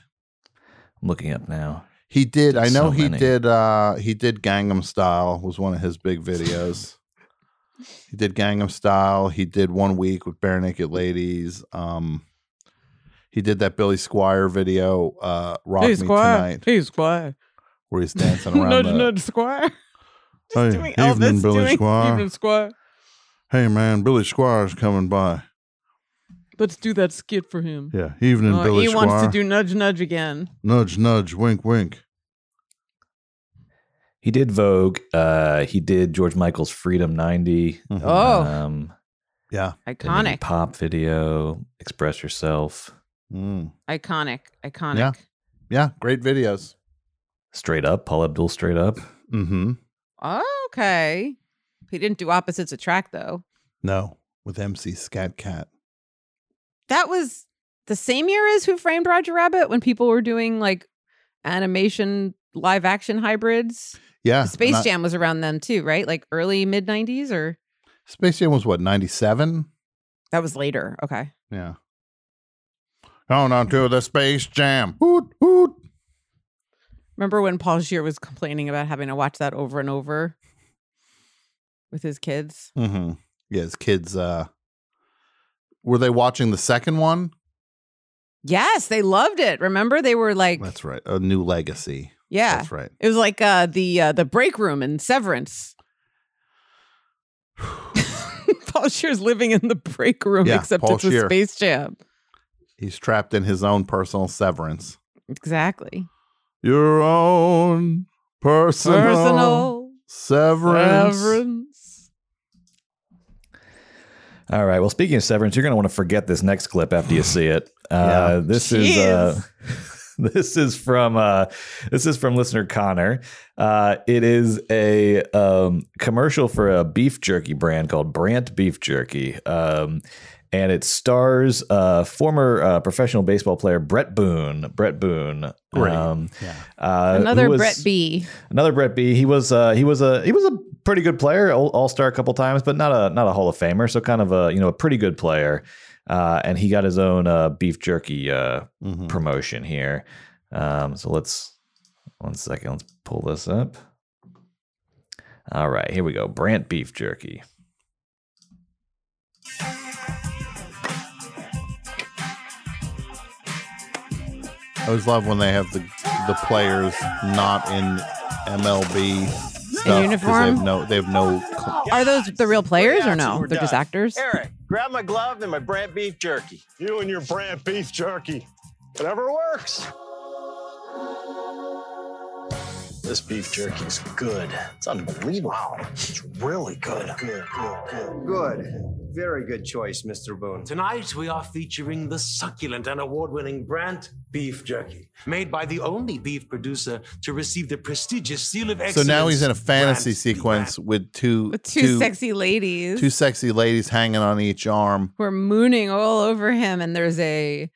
[SPEAKER 3] I'm looking up now.
[SPEAKER 2] He did. I know
[SPEAKER 3] so
[SPEAKER 2] he
[SPEAKER 3] many.
[SPEAKER 2] did. Uh, he did Gangnam Style was one of his big videos. he did Gangnam Style. He did one week with bare naked ladies. Um, he did that Billy Squire video, uh, "Rock Me Tonight,"
[SPEAKER 4] Hey, Squire.
[SPEAKER 2] where he's dancing around. the,
[SPEAKER 4] Squire.
[SPEAKER 2] hey,
[SPEAKER 4] doing
[SPEAKER 2] evening,
[SPEAKER 4] Elvis,
[SPEAKER 2] Billy
[SPEAKER 4] doing
[SPEAKER 2] Squire.
[SPEAKER 4] Evening Squire.
[SPEAKER 2] Hey, man, Billy Squire's coming by.
[SPEAKER 4] Let's do that skit for him.
[SPEAKER 2] Yeah, evening,
[SPEAKER 4] Oh,
[SPEAKER 2] Billy
[SPEAKER 4] he
[SPEAKER 2] Squire.
[SPEAKER 4] wants to do nudge nudge again.
[SPEAKER 2] nudge, nudge, wink, wink.
[SPEAKER 3] He did Vogue. Uh, he did George Michael's Freedom 90.
[SPEAKER 4] Oh.
[SPEAKER 3] Um,
[SPEAKER 2] Yeah,
[SPEAKER 3] did an indie
[SPEAKER 4] Iconic.
[SPEAKER 3] Pop video, Express Yourself,
[SPEAKER 2] Mm.
[SPEAKER 4] Iconic. Iconic.
[SPEAKER 2] Yeah. yeah, great videos.
[SPEAKER 3] Straight Up, Paul Abdul Straight Up.
[SPEAKER 2] Mm-hmm.
[SPEAKER 4] Okay. He didn't do opposites attract though.
[SPEAKER 2] No, with MC Scat Cat.
[SPEAKER 4] That was the same year as Who Framed Roger Rabbit when people were doing like animation live action hybrids.
[SPEAKER 2] Yeah,
[SPEAKER 4] Space
[SPEAKER 2] not-
[SPEAKER 4] Jam was around them too, right? Like early mid 90s or
[SPEAKER 2] Space Jam was what ninety seven.
[SPEAKER 4] that was later. Okay.
[SPEAKER 2] Yeah. Going on to the Space Jam. Hoot, hoot.
[SPEAKER 4] Remember when Paul Shear was complaining about having to watch that over and over with his kids?
[SPEAKER 2] Mm-hmm. Yeah, his kids. Uh, were they watching the second one?
[SPEAKER 4] Yes, they loved it. Remember they were like
[SPEAKER 2] That's right. A New Legacy.
[SPEAKER 4] yeah.
[SPEAKER 2] That's right.
[SPEAKER 4] It was like uh, the uh, the break room in Severance. Paul Shear's living in the break room,
[SPEAKER 2] Yeah,
[SPEAKER 4] except
[SPEAKER 2] Paul
[SPEAKER 4] it's a
[SPEAKER 2] Scheer.
[SPEAKER 4] Space Jam.
[SPEAKER 2] He's trapped in his own personal severance.
[SPEAKER 4] Exactly.
[SPEAKER 2] Your own personal,
[SPEAKER 4] Personal
[SPEAKER 2] severance.
[SPEAKER 4] Severance.
[SPEAKER 3] All right. Well, speaking of Severance, you're going to want to forget this next clip after you see it. Uh, This is uh, this is from uh, this is from listener Connor. Uh, it is a um, commercial for a beef jerky brand called Brandt Beef Jerky, um, and it stars uh, former uh, professional baseball player Brett Boone. Brett Boone,
[SPEAKER 2] Great.
[SPEAKER 3] um, uh, who
[SPEAKER 4] Another
[SPEAKER 3] was-
[SPEAKER 4] Brett B.
[SPEAKER 3] another Brett B. He was uh, he was a he was a pretty good player, all star a couple times, but not a not a Hall of Famer. So kind of a you know a pretty good player, uh, and he got his own uh, beef jerky uh,
[SPEAKER 2] Mhm.
[SPEAKER 3] promotion here. Um, so let's one second, let's pull this up. All right, here we go. Brant beef jerky.
[SPEAKER 2] I always love when they have the the players not in MLB stuff 'cause They have
[SPEAKER 4] uniform?
[SPEAKER 2] no, they have no. cl-
[SPEAKER 4] Are those the real players or no?
[SPEAKER 10] We're
[SPEAKER 4] They're just
[SPEAKER 10] done.
[SPEAKER 4] actors.
[SPEAKER 10] Eric, grab my glove and my brand beef jerky.
[SPEAKER 5] You and your brand beef jerky. Whatever works.
[SPEAKER 10] This beef jerky is good. It's unbelievable. It's really good. Good, good, good. Good. Very good choice, Mr. Boone.
[SPEAKER 11] Tonight, we are featuring the succulent and award winning Brandt beef jerky, made by the only beef producer to receive the prestigious Seal of
[SPEAKER 2] So
[SPEAKER 11] Excellence.
[SPEAKER 2] now he's in a fantasy sequence with two
[SPEAKER 4] Two, sexy ladies
[SPEAKER 2] two sexy ladies hanging on each arm.
[SPEAKER 4] who are mooning all over him, and there's a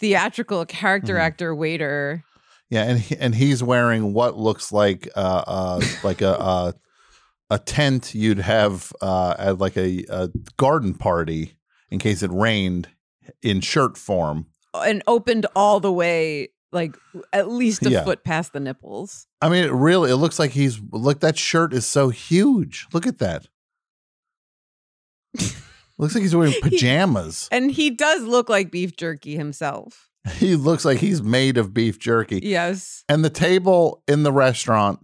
[SPEAKER 4] theatrical character
[SPEAKER 2] Mhm.
[SPEAKER 4] actor waiter.
[SPEAKER 2] Yeah, and he, and he's wearing what looks like uh, uh like a uh, a tent you'd have uh at like a, a garden party in case it rained in shirt form.
[SPEAKER 4] and opened all the way like at least a
[SPEAKER 2] Yeah.
[SPEAKER 4] foot past the nipples.
[SPEAKER 2] I mean, it really it looks like he's look that shirt is so huge. Look at that. looks like he's wearing pajamas.
[SPEAKER 4] And he does look like beef jerky himself.
[SPEAKER 2] he looks like he's made of beef jerky.
[SPEAKER 4] Yes.
[SPEAKER 2] and the table in the restaurant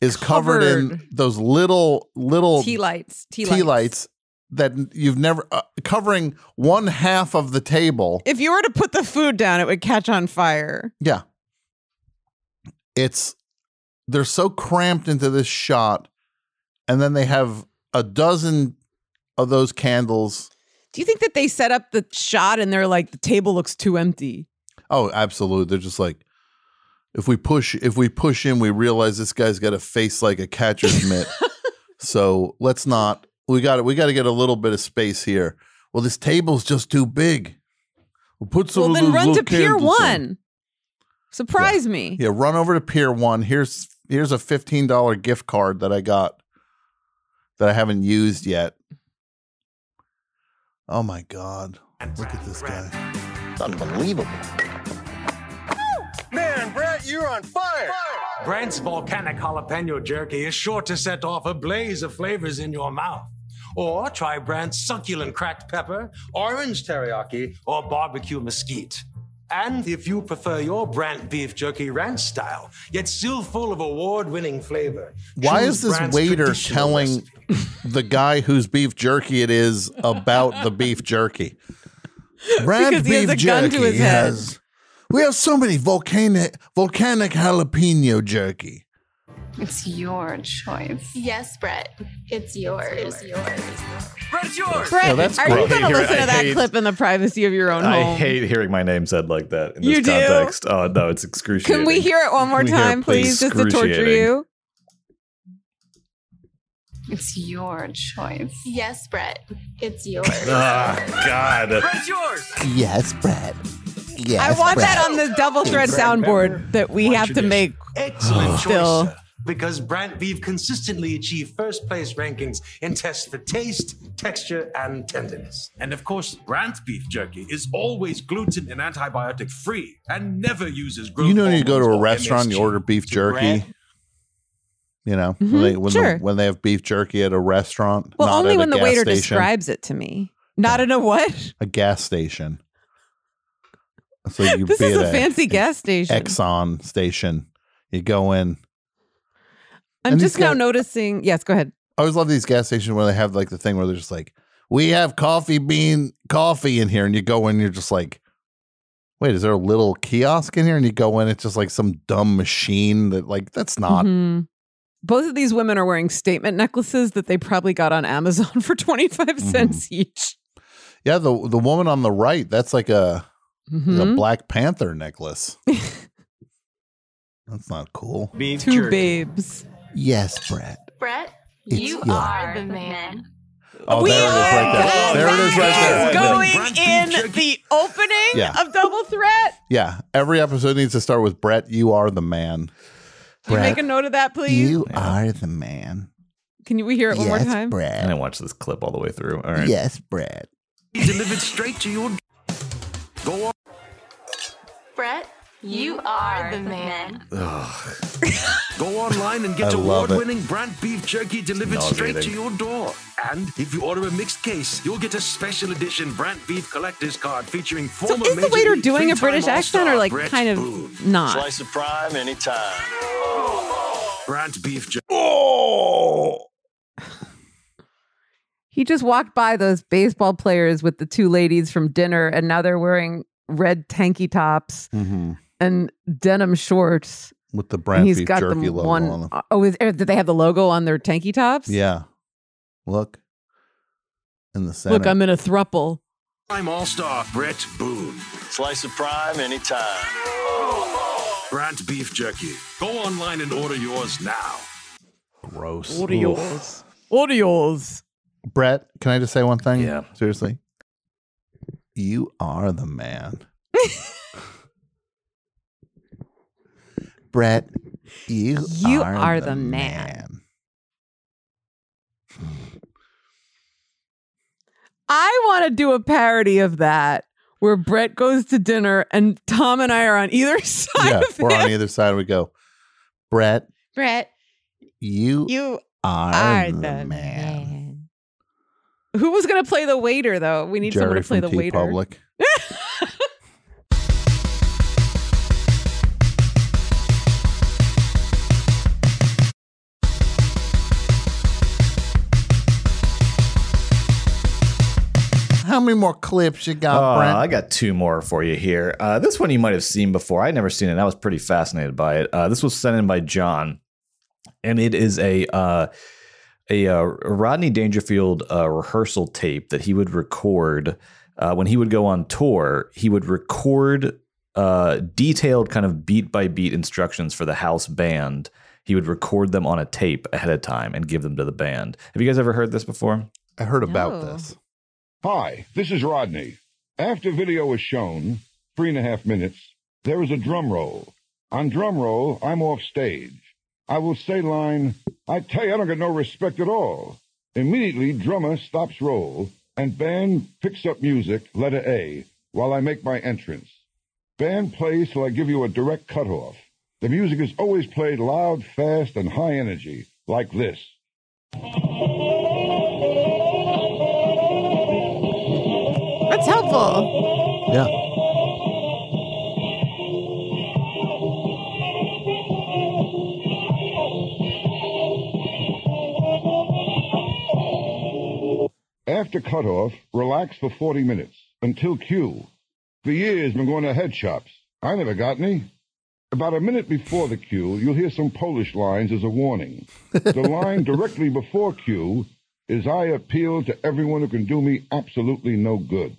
[SPEAKER 2] is covered, in those little little
[SPEAKER 4] Tea lights. Tea,
[SPEAKER 2] tea
[SPEAKER 4] lights.
[SPEAKER 2] lights that you've never uh, covering one half of the table.
[SPEAKER 4] If you were to put the food down, it would catch on fire.
[SPEAKER 2] Yeah, it's they're so cramped into this shot, and then they have a dozen of those candles.
[SPEAKER 4] Do you think that they set up the shot and they're like, the table looks too empty?
[SPEAKER 2] Oh, absolutely! They're just like if we push if we push him, we realize this guy's got a face like a catcher's mitt. So let's not. We got We got to get a little bit of space here. Well, this table's just too big. We'll put some.
[SPEAKER 4] well,
[SPEAKER 2] of
[SPEAKER 4] then
[SPEAKER 2] those
[SPEAKER 4] run to
[SPEAKER 2] little
[SPEAKER 4] Pier
[SPEAKER 2] candles in.
[SPEAKER 4] One. Surprise me.
[SPEAKER 2] Yeah, run over to Pier One. Here's here's a fifteen dollar gift card that I got that I haven't used yet. Oh my god! Look at this guy. It's unbelievable.
[SPEAKER 5] Man, Brett, you're on fire.
[SPEAKER 11] Brandt's volcanic jalapeno jerky is sure to set off a blaze of flavors in your mouth. Or try Brandt's succulent cracked pepper, orange teriyaki, or barbecue mesquite. And if you prefer your Brandt beef jerky ranch style, yet still full of award winning flavor.
[SPEAKER 2] Why
[SPEAKER 11] choose
[SPEAKER 2] is this
[SPEAKER 11] Brandt's
[SPEAKER 2] waiter
[SPEAKER 11] traditional
[SPEAKER 2] telling the guy whose beef jerky it is about the beef jerky? Brad
[SPEAKER 1] Because he has
[SPEAKER 2] beef
[SPEAKER 1] a gun to
[SPEAKER 2] jerky
[SPEAKER 1] his head.
[SPEAKER 2] has. We have so many volcanic volcanic jalapeno jerky.
[SPEAKER 12] It's your choice. Yes, Brett. It's yours. It's yours.
[SPEAKER 11] Brett's yours.
[SPEAKER 4] Brett,
[SPEAKER 3] Oh, that's
[SPEAKER 4] are
[SPEAKER 3] great.
[SPEAKER 4] you going
[SPEAKER 3] I
[SPEAKER 4] to
[SPEAKER 3] hear-
[SPEAKER 4] listen
[SPEAKER 3] I
[SPEAKER 4] to that
[SPEAKER 3] hate-
[SPEAKER 4] clip in the privacy of your own
[SPEAKER 3] I
[SPEAKER 4] home?
[SPEAKER 3] hate hearing my name said like that in
[SPEAKER 4] You
[SPEAKER 3] this
[SPEAKER 4] do?
[SPEAKER 3] context. Oh no, it's excruciating.
[SPEAKER 4] Can we hear it one more
[SPEAKER 3] Can we hear it,
[SPEAKER 4] time, please, just to torture
[SPEAKER 3] Excruciating.
[SPEAKER 4] you?
[SPEAKER 12] It's your choice. Yes, Brett. It's yours.
[SPEAKER 3] Ah, God.
[SPEAKER 12] yours.
[SPEAKER 2] Yes, Brad. Yes,
[SPEAKER 4] I want that on the double thread
[SPEAKER 11] Brad
[SPEAKER 4] soundboard that we have to make.
[SPEAKER 11] Excellent choice,
[SPEAKER 4] still.
[SPEAKER 11] sir, because Brandt Beef consistently achieved first place rankings in tests for taste, texture, and tenderness.
[SPEAKER 13] And of course, Brandt beef jerky is always gluten and antibiotic free and never uses growth
[SPEAKER 2] You know when you go to a
[SPEAKER 13] hormones or
[SPEAKER 2] restaurant, you
[SPEAKER 13] MSG.
[SPEAKER 2] order beef jerky.
[SPEAKER 13] Brad.
[SPEAKER 2] You know
[SPEAKER 4] Mhm,
[SPEAKER 2] when they when,
[SPEAKER 4] sure.
[SPEAKER 2] the, when they have beef jerky at a restaurant,
[SPEAKER 4] Well,
[SPEAKER 2] not
[SPEAKER 4] only
[SPEAKER 2] at a
[SPEAKER 4] when the
[SPEAKER 2] gas
[SPEAKER 4] waiter
[SPEAKER 2] station,
[SPEAKER 4] describes it to me. Not in a what?
[SPEAKER 2] a gas station. So you
[SPEAKER 4] This
[SPEAKER 2] be
[SPEAKER 4] is
[SPEAKER 2] at
[SPEAKER 4] a fancy gas station.
[SPEAKER 2] Exxon station. You go in.
[SPEAKER 4] I'm
[SPEAKER 2] and
[SPEAKER 4] just
[SPEAKER 2] these
[SPEAKER 4] now
[SPEAKER 2] guys-
[SPEAKER 4] noticing. Yes, go ahead.
[SPEAKER 2] I always love these gas stations where they have like the thing where they're just like, "We have coffee bean coffee in here," and you go in, you're just like, "Wait, is there a little kiosk in here?" And you go in, it's just like some dumb machine that like that's not.
[SPEAKER 4] Mhm. Both of these women are wearing statement necklaces that they probably got on Amazon for 25 cents each.
[SPEAKER 2] Yeah, the the woman on the right, that's like a a
[SPEAKER 4] Mhm.
[SPEAKER 2] Black Panther necklace. that's not cool.
[SPEAKER 11] Beef
[SPEAKER 4] Two babes.
[SPEAKER 2] Yes, Brett.
[SPEAKER 12] Brett,
[SPEAKER 2] It's
[SPEAKER 12] you
[SPEAKER 2] yours.
[SPEAKER 12] are the man.
[SPEAKER 2] Oh, there it is right there. There it is right there.
[SPEAKER 4] Going in the opening
[SPEAKER 2] Yeah.
[SPEAKER 4] of Double Threat.
[SPEAKER 2] Yeah, every episode needs to start with Brett. You are the man.
[SPEAKER 4] Can you make a note of that, please?
[SPEAKER 2] you are the man.
[SPEAKER 4] Can you, we hear it one more
[SPEAKER 2] Yes,
[SPEAKER 4] time?
[SPEAKER 2] Brad.
[SPEAKER 3] I didn't watch this clip all the way through. All right.
[SPEAKER 2] Yes, Brad.
[SPEAKER 11] Delivered straight to your. Go on.
[SPEAKER 12] Brett, you are the man.
[SPEAKER 11] Go online and
[SPEAKER 2] I
[SPEAKER 11] get
[SPEAKER 2] love it.
[SPEAKER 11] award-winning Brandt beef jerky delivered straight to
[SPEAKER 2] nauseating.
[SPEAKER 11] your door. And if you order a mixed case, you'll get a special edition Brandt beef collector's card featuring former
[SPEAKER 4] Is the
[SPEAKER 11] Major
[SPEAKER 4] waiter
[SPEAKER 11] League
[SPEAKER 4] doing a
[SPEAKER 11] three-time
[SPEAKER 4] British accent or
[SPEAKER 11] All-Star
[SPEAKER 4] like
[SPEAKER 11] Brett
[SPEAKER 4] kind of not?
[SPEAKER 11] Slice of prime anytime. Brandt beef jerky.
[SPEAKER 4] He just walked by those baseball players with the two ladies from dinner, and now they're wearing red tanky tops and denim shorts.
[SPEAKER 2] Mm-hmm. With the
[SPEAKER 4] and
[SPEAKER 2] brand
[SPEAKER 4] he's
[SPEAKER 2] beef
[SPEAKER 4] got
[SPEAKER 2] jerky
[SPEAKER 4] them
[SPEAKER 2] logo
[SPEAKER 4] one,
[SPEAKER 2] on them.
[SPEAKER 4] Oh, is, er, did they have the logo on their tanky tops?
[SPEAKER 2] Yeah. Look. In the center.
[SPEAKER 4] Look, I'm in a thruple.
[SPEAKER 11] Prime All Star Brett Boone. Slice of prime anytime. Brandt beef jerky. Go online and order yours now.
[SPEAKER 2] gross.
[SPEAKER 4] Order yours. Order yours.
[SPEAKER 2] Brett, can I just say one thing?
[SPEAKER 3] Yeah.
[SPEAKER 2] Seriously. You are the man. Brett, you,
[SPEAKER 4] You are the
[SPEAKER 2] man.
[SPEAKER 4] I want to do a parody of that where Brett goes to dinner and Tom and I are on either side
[SPEAKER 2] Yeah.
[SPEAKER 4] of
[SPEAKER 2] We're
[SPEAKER 4] him.
[SPEAKER 2] on either side. We go, Brett,
[SPEAKER 4] Brett,
[SPEAKER 2] you,
[SPEAKER 4] you
[SPEAKER 2] are,
[SPEAKER 4] are
[SPEAKER 2] the,
[SPEAKER 4] the
[SPEAKER 2] man.
[SPEAKER 4] Who was going to play the waiter, though? We need someone
[SPEAKER 2] Jerry
[SPEAKER 4] to play
[SPEAKER 2] from
[SPEAKER 4] the waiter.
[SPEAKER 2] Public. How many more clips you got,
[SPEAKER 3] Uh,
[SPEAKER 2] Brent?
[SPEAKER 3] I got two more for you here. Uh, this one you might have seen before. I'd never seen it. and I was pretty fascinated by it. Uh, this was sent in by John, and it is a uh, a uh, Rodney Dangerfield uh, rehearsal tape that he would record uh, when he would go on tour. He would record uh, detailed kind of beat by beat instructions for the house band. He would record them on a tape ahead of time and give them to the band. Have you guys ever heard this before?
[SPEAKER 2] I heard
[SPEAKER 3] about
[SPEAKER 2] this.
[SPEAKER 14] Hi, this is Rodney. After video is shown, three and a half minutes, there is a drum roll. On drum roll, I'm off stage. I will say line, I tell you, I don't get no respect at all. Immediately, drummer stops roll, and band picks up music, letter A, while I make my entrance. Band plays till I give you a direct cutoff. The music is always played loud, fast, and high energy, like this.
[SPEAKER 6] That's helpful.
[SPEAKER 2] Yeah.
[SPEAKER 14] After cutoff, relax for 40 minutes until cue. For years, been going to head shops. I never got any. About a minute before the cue, you'll hear some Polish lines as a warning. The line directly before cue is I appeal to everyone who can do me absolutely no good.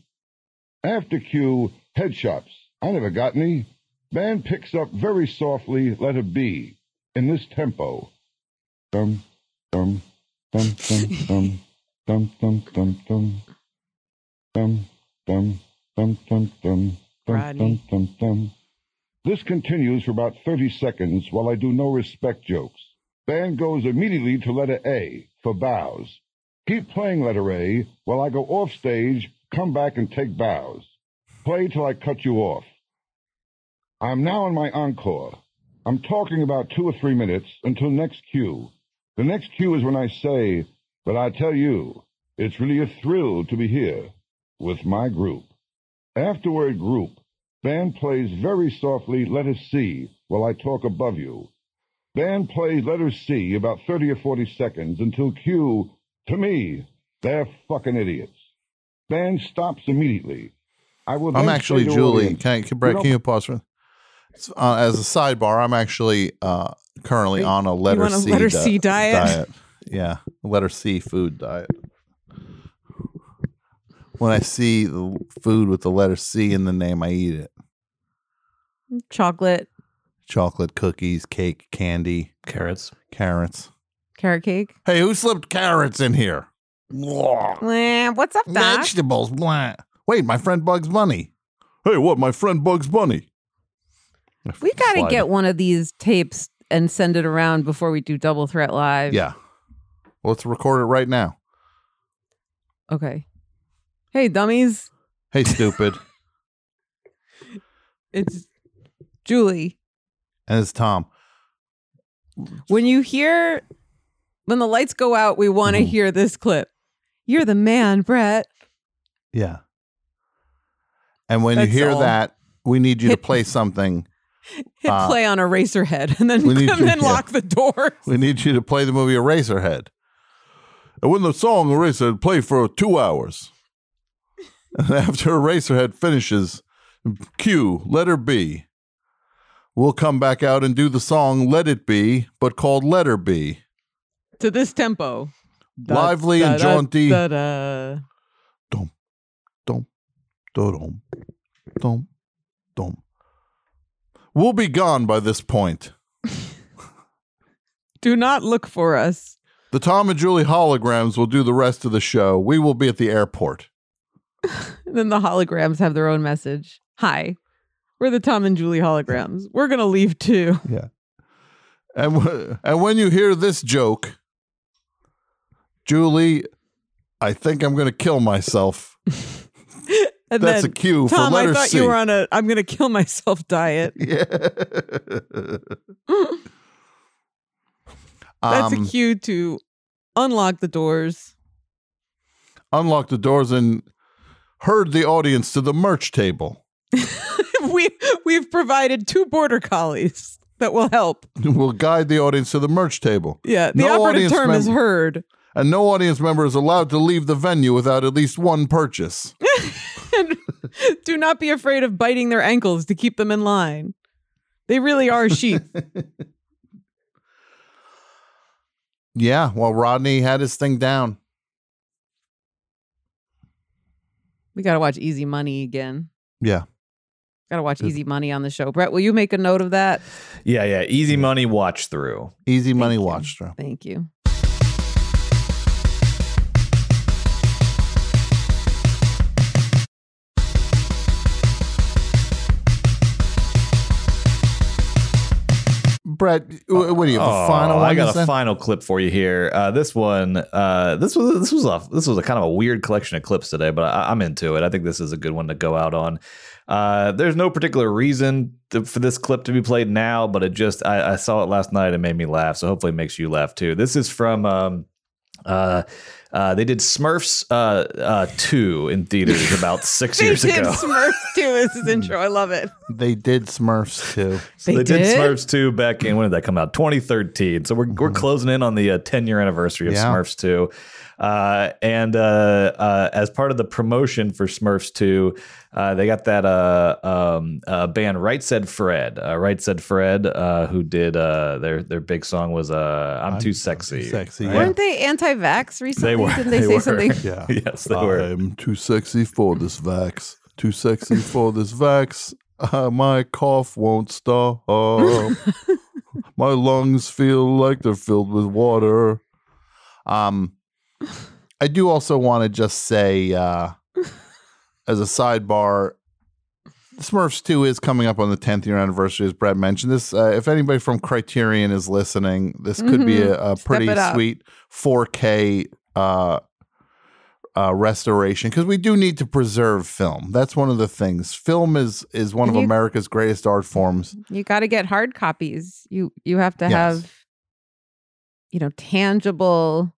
[SPEAKER 14] After cue, head shops. I never got any. Band picks up very softly, letter B, in this tempo. Dum, dum, dum, dum, dum, dum, dum, dum, dum, dum, dum, dum, dum, dum, dum, dum,
[SPEAKER 6] Rodney.
[SPEAKER 14] dum, dum. This continues for about 30 seconds while I do no respect jokes. Band goes immediately to letter A for bows. Keep playing letter A while I go off stage, come back and take bows. Play till I cut you off. I'm now on my encore. I'm talking about two or three minutes until next cue. The next cue is when I say, but I tell you, it's really a thrill to be here with my group. Afterward group, band plays very softly letter C while I talk above you. Band plays letter C about 30 or 40 seconds until cue, to me, they're fucking idiots. Band stops immediately. I will
[SPEAKER 2] I'm
[SPEAKER 14] then
[SPEAKER 2] actually
[SPEAKER 14] say to
[SPEAKER 2] Julie.
[SPEAKER 14] audience,
[SPEAKER 2] Can, I- can, Brett,
[SPEAKER 14] "You
[SPEAKER 2] can you
[SPEAKER 14] don't
[SPEAKER 2] pause for? so, Uh, as a sidebar, I'm actually uh, currently on a letter
[SPEAKER 4] on a
[SPEAKER 2] C,
[SPEAKER 4] letter C diet?
[SPEAKER 2] Yeah, letter C food diet. When I see the food with the letter C in the name, I eat it.
[SPEAKER 4] Chocolate
[SPEAKER 2] Chocolate cookies, cake, candy,
[SPEAKER 3] carrots,
[SPEAKER 2] carrots.
[SPEAKER 4] carrot cake.
[SPEAKER 2] Hey, who slipped carrots in here? Blah.
[SPEAKER 4] Eh, what's up, Doc?
[SPEAKER 2] Vegetables. Blah. Wait, my friend Bugs Bunny. Hey, what? My friend Bugs Bunny.
[SPEAKER 4] We got to
[SPEAKER 2] slide
[SPEAKER 4] get
[SPEAKER 2] it.
[SPEAKER 4] one of these tapes and send it around before we do Double Threat Live.
[SPEAKER 2] Yeah. Well, let's record it right now.
[SPEAKER 4] Okay. Hey, dummies.
[SPEAKER 2] Hey, stupid.
[SPEAKER 4] It's Julie.
[SPEAKER 2] and it's Tom.
[SPEAKER 4] When you hear, when the lights go out, we want to hear this clip. You're the man, Brett.
[SPEAKER 2] Yeah. And when
[SPEAKER 4] That's
[SPEAKER 2] you hear
[SPEAKER 4] all.
[SPEAKER 2] that, we need you to play something.
[SPEAKER 4] Hit
[SPEAKER 2] Uh,
[SPEAKER 4] play on Eraserhead and then,
[SPEAKER 2] we need
[SPEAKER 4] and
[SPEAKER 2] you-
[SPEAKER 4] then
[SPEAKER 2] yeah.
[SPEAKER 4] lock the door.
[SPEAKER 2] We need you to play the movie Eraserhead. And when the song Eraserhead played for two hours, and after Eraserhead finishes, cue letter B. We'll come back out and do the song Let It Be, but called Letter B.
[SPEAKER 4] to this tempo.
[SPEAKER 2] Lively and jaunty.
[SPEAKER 4] da-da.
[SPEAKER 2] Dum, dum, dum. We'll be gone by this point.
[SPEAKER 4] Do not look for us.
[SPEAKER 2] The Tom and Julie holograms will do the rest of the show. We will be at the airport.
[SPEAKER 4] And then the holograms have their own message. Hi, we're the Tom and Julie holograms. We're gonna leave too.
[SPEAKER 2] Yeah. And w- and when you hear this joke, Julie, I think I'm going to kill myself.
[SPEAKER 4] And
[SPEAKER 2] That's
[SPEAKER 4] then,
[SPEAKER 2] a cue for
[SPEAKER 4] Tom,
[SPEAKER 2] letter
[SPEAKER 4] I thought
[SPEAKER 2] C.
[SPEAKER 4] you were on a I'm gonna kill myself diet.
[SPEAKER 2] Yeah.
[SPEAKER 4] That's
[SPEAKER 2] Um,
[SPEAKER 4] a cue to unlock the doors.
[SPEAKER 2] Unlocked the doors and herd the audience to the merch table.
[SPEAKER 4] we we've provided two border collies that will help.
[SPEAKER 2] We'll guide the audience to the merch table.
[SPEAKER 4] Yeah, the operative
[SPEAKER 2] audience
[SPEAKER 4] term is
[SPEAKER 2] mem-
[SPEAKER 4] heard.
[SPEAKER 2] And no audience member is allowed to leave the venue without at least one purchase.
[SPEAKER 4] Do not be afraid of biting their ankles to keep them in line. They really are sheep.
[SPEAKER 2] Yeah, well, Rodney had his thing down.
[SPEAKER 4] we got to watch Easy Money again.
[SPEAKER 2] Yeah.
[SPEAKER 4] Gotta watch Easy Money on the show. Brett, will you make a note of that?
[SPEAKER 3] Yeah, yeah. Easy money watch through.
[SPEAKER 2] Easy money watch through.
[SPEAKER 4] Thank you.
[SPEAKER 2] Brett, wh- what do you have? The
[SPEAKER 3] Oh,
[SPEAKER 2] final one?
[SPEAKER 3] I
[SPEAKER 2] you
[SPEAKER 3] got a
[SPEAKER 2] said?
[SPEAKER 3] final clip for you here. Uh, this one, uh, this was this was a this was a kind of a weird collection of clips today, but I, I'm into it. I think this is a good one to go out on. Uh, there's no particular reason to, for this clip to be played now, but it just I, I saw it last night and made me laugh. So hopefully it makes you laugh too. This is from. Um, uh, uh, they did Smurfs uh, uh, two in theaters about six
[SPEAKER 4] They
[SPEAKER 3] years
[SPEAKER 4] did
[SPEAKER 3] ago.
[SPEAKER 4] Smurfs too. This is intro. I love it.
[SPEAKER 2] They did Smurfs too.
[SPEAKER 3] So they, did? Smurfs 2 back in when did that come out? 2013. So we're, we're closing in on the uh, 10 year anniversary of
[SPEAKER 2] Yeah.
[SPEAKER 3] Smurfs 2. Uh, and uh, uh, as part of the promotion for Smurfs 2, uh, they got that uh, um, uh, band Right Said Fred. Uh, right Said Fred, uh, who did uh, their their big song was uh, I'm, Too Sexy.
[SPEAKER 2] sexy,
[SPEAKER 4] Weren't they anti-vax recently?
[SPEAKER 3] They were.
[SPEAKER 4] Didn't they, say
[SPEAKER 3] were.
[SPEAKER 4] something?
[SPEAKER 3] yes, they were.
[SPEAKER 2] I'm too sexy for this vax. Too sexy for this vax. Uh, my cough won't stop. my lungs feel like they're filled with water. Um, I do also want to just say, uh, as a sidebar, Smurfs 2 is coming up on the 10th year anniversary, as Brett mentioned. This, uh, if anybody from Criterion is listening, this could be
[SPEAKER 15] Mhm.
[SPEAKER 2] a, a
[SPEAKER 15] Step
[SPEAKER 2] pretty
[SPEAKER 15] it up.
[SPEAKER 2] sweet 4K uh, uh, restoration because we do need to preserve film. That's one of the things. Film is is one
[SPEAKER 4] And
[SPEAKER 2] of
[SPEAKER 4] you-
[SPEAKER 2] America's greatest art forms.
[SPEAKER 4] You got to get hard copies. You you have to
[SPEAKER 2] Yes.
[SPEAKER 4] have you know tangible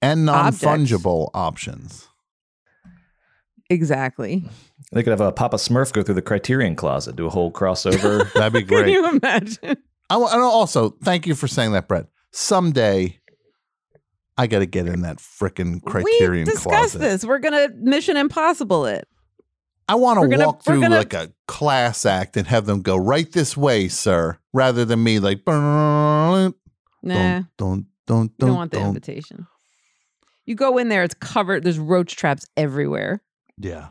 [SPEAKER 2] and non
[SPEAKER 4] Objects.
[SPEAKER 2] fungible options.
[SPEAKER 4] exactly.
[SPEAKER 3] They could have a Papa Smurf go through the Criterion closet, do a whole crossover.
[SPEAKER 2] That'd be
[SPEAKER 4] Can you imagine?
[SPEAKER 2] I wa- and also thank you for saying that, Brett. Someday, I got to get in that frickin'
[SPEAKER 4] we
[SPEAKER 2] Criterion
[SPEAKER 4] discussed
[SPEAKER 2] closet.
[SPEAKER 4] this. We're gonna Mission Impossible it.
[SPEAKER 2] I want
[SPEAKER 4] We're
[SPEAKER 2] to
[SPEAKER 4] gonna-
[SPEAKER 2] walk
[SPEAKER 4] we're
[SPEAKER 2] through
[SPEAKER 4] gonna-
[SPEAKER 2] like a class act and have them go right this way, sir, rather than me like. Nah,
[SPEAKER 4] Nah.
[SPEAKER 2] don't don't don't
[SPEAKER 4] You don't want the invitation. You go in there, it's covered. There's roach traps everywhere.
[SPEAKER 2] Yeah.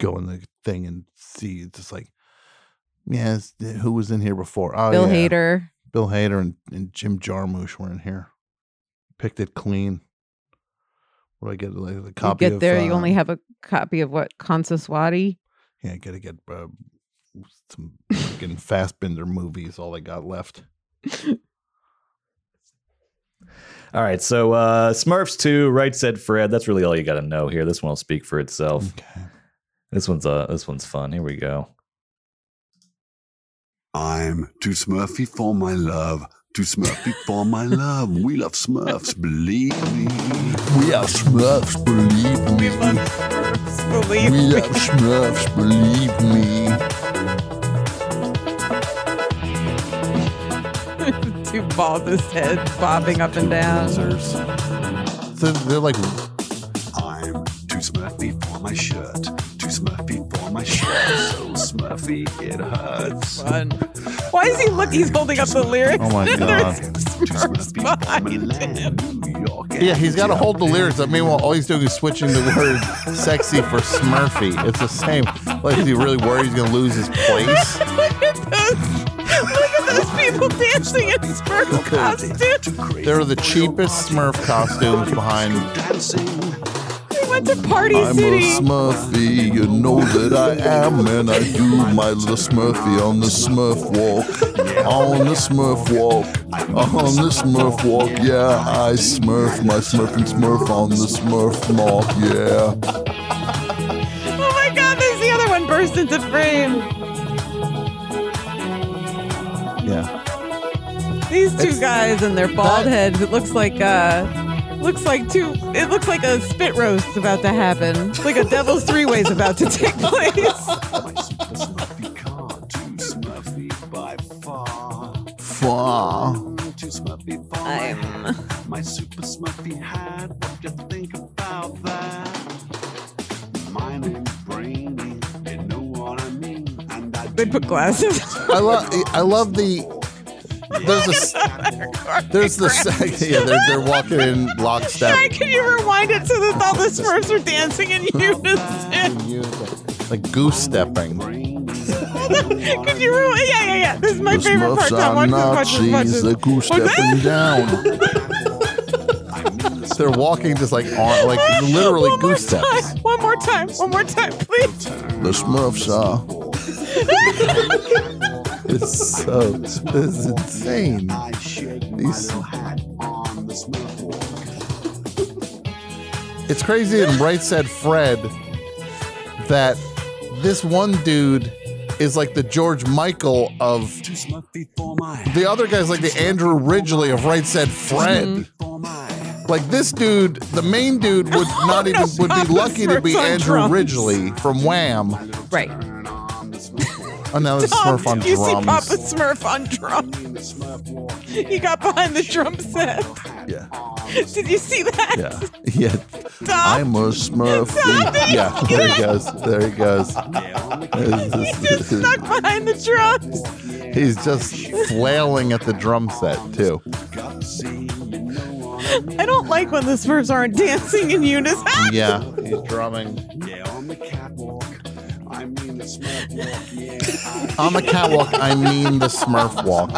[SPEAKER 2] Go in the thing and see. It's just like, yeah, it's- eh, who was in here before? Oh,
[SPEAKER 4] Bill
[SPEAKER 2] yeah.
[SPEAKER 4] Hader.
[SPEAKER 2] Bill Hader and, and Jim Jarmusch were in here. Picked it clean. What do I get? Like the copy
[SPEAKER 4] you get
[SPEAKER 2] of,
[SPEAKER 4] there, you only
[SPEAKER 2] um,
[SPEAKER 4] have a copy of what Consaswati.
[SPEAKER 2] Yeah, I gotta get uh, some fucking Fastbender movies. All I got left.
[SPEAKER 3] All right, so uh, Smurfs 2, Right Said Fred. That's really all you got to know here. This one will speak for itself. This one's uh, this one's fun. Here we go.
[SPEAKER 16] I'm too smurfy for my love. Too smurfy for my love. We love smurfs, believe me. We are smurfs, believe me. We love smurfs, believe me. We love smurfs, believe me.
[SPEAKER 4] Two bulbous heads bobbing up and down.
[SPEAKER 2] So they're like,
[SPEAKER 16] I'm too smurfy for my shirt. Too smurfy for my shirt. So smurfy, it hurts.
[SPEAKER 4] Why is he look? He's holding up the lyrics.
[SPEAKER 2] Oh my God.
[SPEAKER 4] Smurfs behind him.
[SPEAKER 2] yeah, he's got to hold the lyrics up. Meanwhile, all he's doing is switching the word "sexy" for "smurfy." It's the same. Like, is he really worried he's gonna lose his place?
[SPEAKER 4] look at those! Look at those people dancing in Smurf costumes.
[SPEAKER 2] They're the cheapest Smurf costumes behind.
[SPEAKER 4] They went to Party
[SPEAKER 16] I'm a
[SPEAKER 4] City.
[SPEAKER 16] Smurfy, you know that I am, and I do my little Smurfy on the Smurf walk, on the Smurf walk, on the Smurf walk. Yeah, I Smurf my Smurfing Smurf on the Smurf walk. Yeah.
[SPEAKER 4] Oh my God! There's the other one burst into frame.
[SPEAKER 2] Yeah.
[SPEAKER 4] These two guys and their bald heads. It looks like uh, looks like two. It looks like a spit roast about to happen. It's like a devil's three ways about to take place.
[SPEAKER 2] Far.
[SPEAKER 16] I'm my super Smurfy hat. What do you think about that? My name's Brainy. You know what I mean? And I
[SPEAKER 4] They put glasses.
[SPEAKER 2] I love. I love the. There's a. There's the. se- Yeah, they're, they're walking in lockstep.
[SPEAKER 4] Can you rewind it so that all the Smurfs are dancing in unison?
[SPEAKER 2] Like goose stepping.
[SPEAKER 6] Could you remember? Yeah, yeah, yeah. This is my
[SPEAKER 16] the
[SPEAKER 6] favorite part.
[SPEAKER 16] Smurfs
[SPEAKER 6] Tom,
[SPEAKER 16] are
[SPEAKER 6] watch this, watch
[SPEAKER 16] Nazis.
[SPEAKER 6] this, watch this.
[SPEAKER 16] The goose
[SPEAKER 6] Watch this.
[SPEAKER 16] stepping down.
[SPEAKER 2] They're walking just like on, like literally
[SPEAKER 6] One more
[SPEAKER 2] goose steps.
[SPEAKER 6] time. One more time. One more time, please.
[SPEAKER 16] The Smurfs are.
[SPEAKER 2] It's so this is insane. These- It's crazy in Right Said Fred that this one dude is like the George Michael of the other guy's like the Andrew Ridgely of Right Said Fred. Like this dude, the main dude would not even would
[SPEAKER 6] not the
[SPEAKER 2] be lucky to be
[SPEAKER 6] Smurfs on
[SPEAKER 2] Andrew
[SPEAKER 6] drums.
[SPEAKER 2] Ridgely from Wham.
[SPEAKER 4] Right.
[SPEAKER 2] Oh, now it's
[SPEAKER 6] Tom,
[SPEAKER 2] Smurf on
[SPEAKER 6] you see
[SPEAKER 2] drums.
[SPEAKER 6] Papa Smurf on drums. He got behind the drum set.
[SPEAKER 16] Yeah.
[SPEAKER 6] Did you see that?
[SPEAKER 2] Yeah. Yeah.
[SPEAKER 6] Stop.
[SPEAKER 16] I'm a Smurf.
[SPEAKER 6] Stop it.
[SPEAKER 16] Yeah,
[SPEAKER 2] There he goes. There he goes.
[SPEAKER 6] Just stuck behind the drums.
[SPEAKER 2] He's just flailing at the drum set too.
[SPEAKER 6] I don't like when the Smurfs aren't dancing in unison.
[SPEAKER 2] Yeah, he's drumming. On the catwalk, I mean the Smurf walk.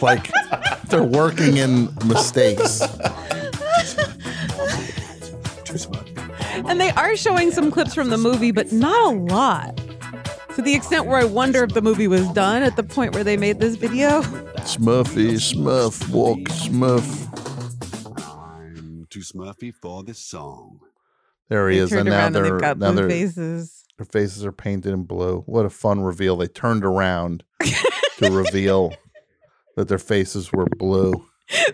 [SPEAKER 2] Like they're working in mistakes.
[SPEAKER 4] And they are showing some clips from the movie, but not a lot. To the extent where I wonder if the movie was done at the point where they made this video.
[SPEAKER 16] Smurfy, Smurf, walk, Smurf.
[SPEAKER 15] Too smurfy for this song.
[SPEAKER 2] There he
[SPEAKER 4] They
[SPEAKER 2] is,
[SPEAKER 4] turned
[SPEAKER 2] and now
[SPEAKER 4] around and
[SPEAKER 2] they're
[SPEAKER 4] they've got
[SPEAKER 2] now
[SPEAKER 4] blue
[SPEAKER 2] they're-
[SPEAKER 4] faces.
[SPEAKER 2] Their faces are painted in blue. What a fun reveal! They turned around to reveal that their faces were blue.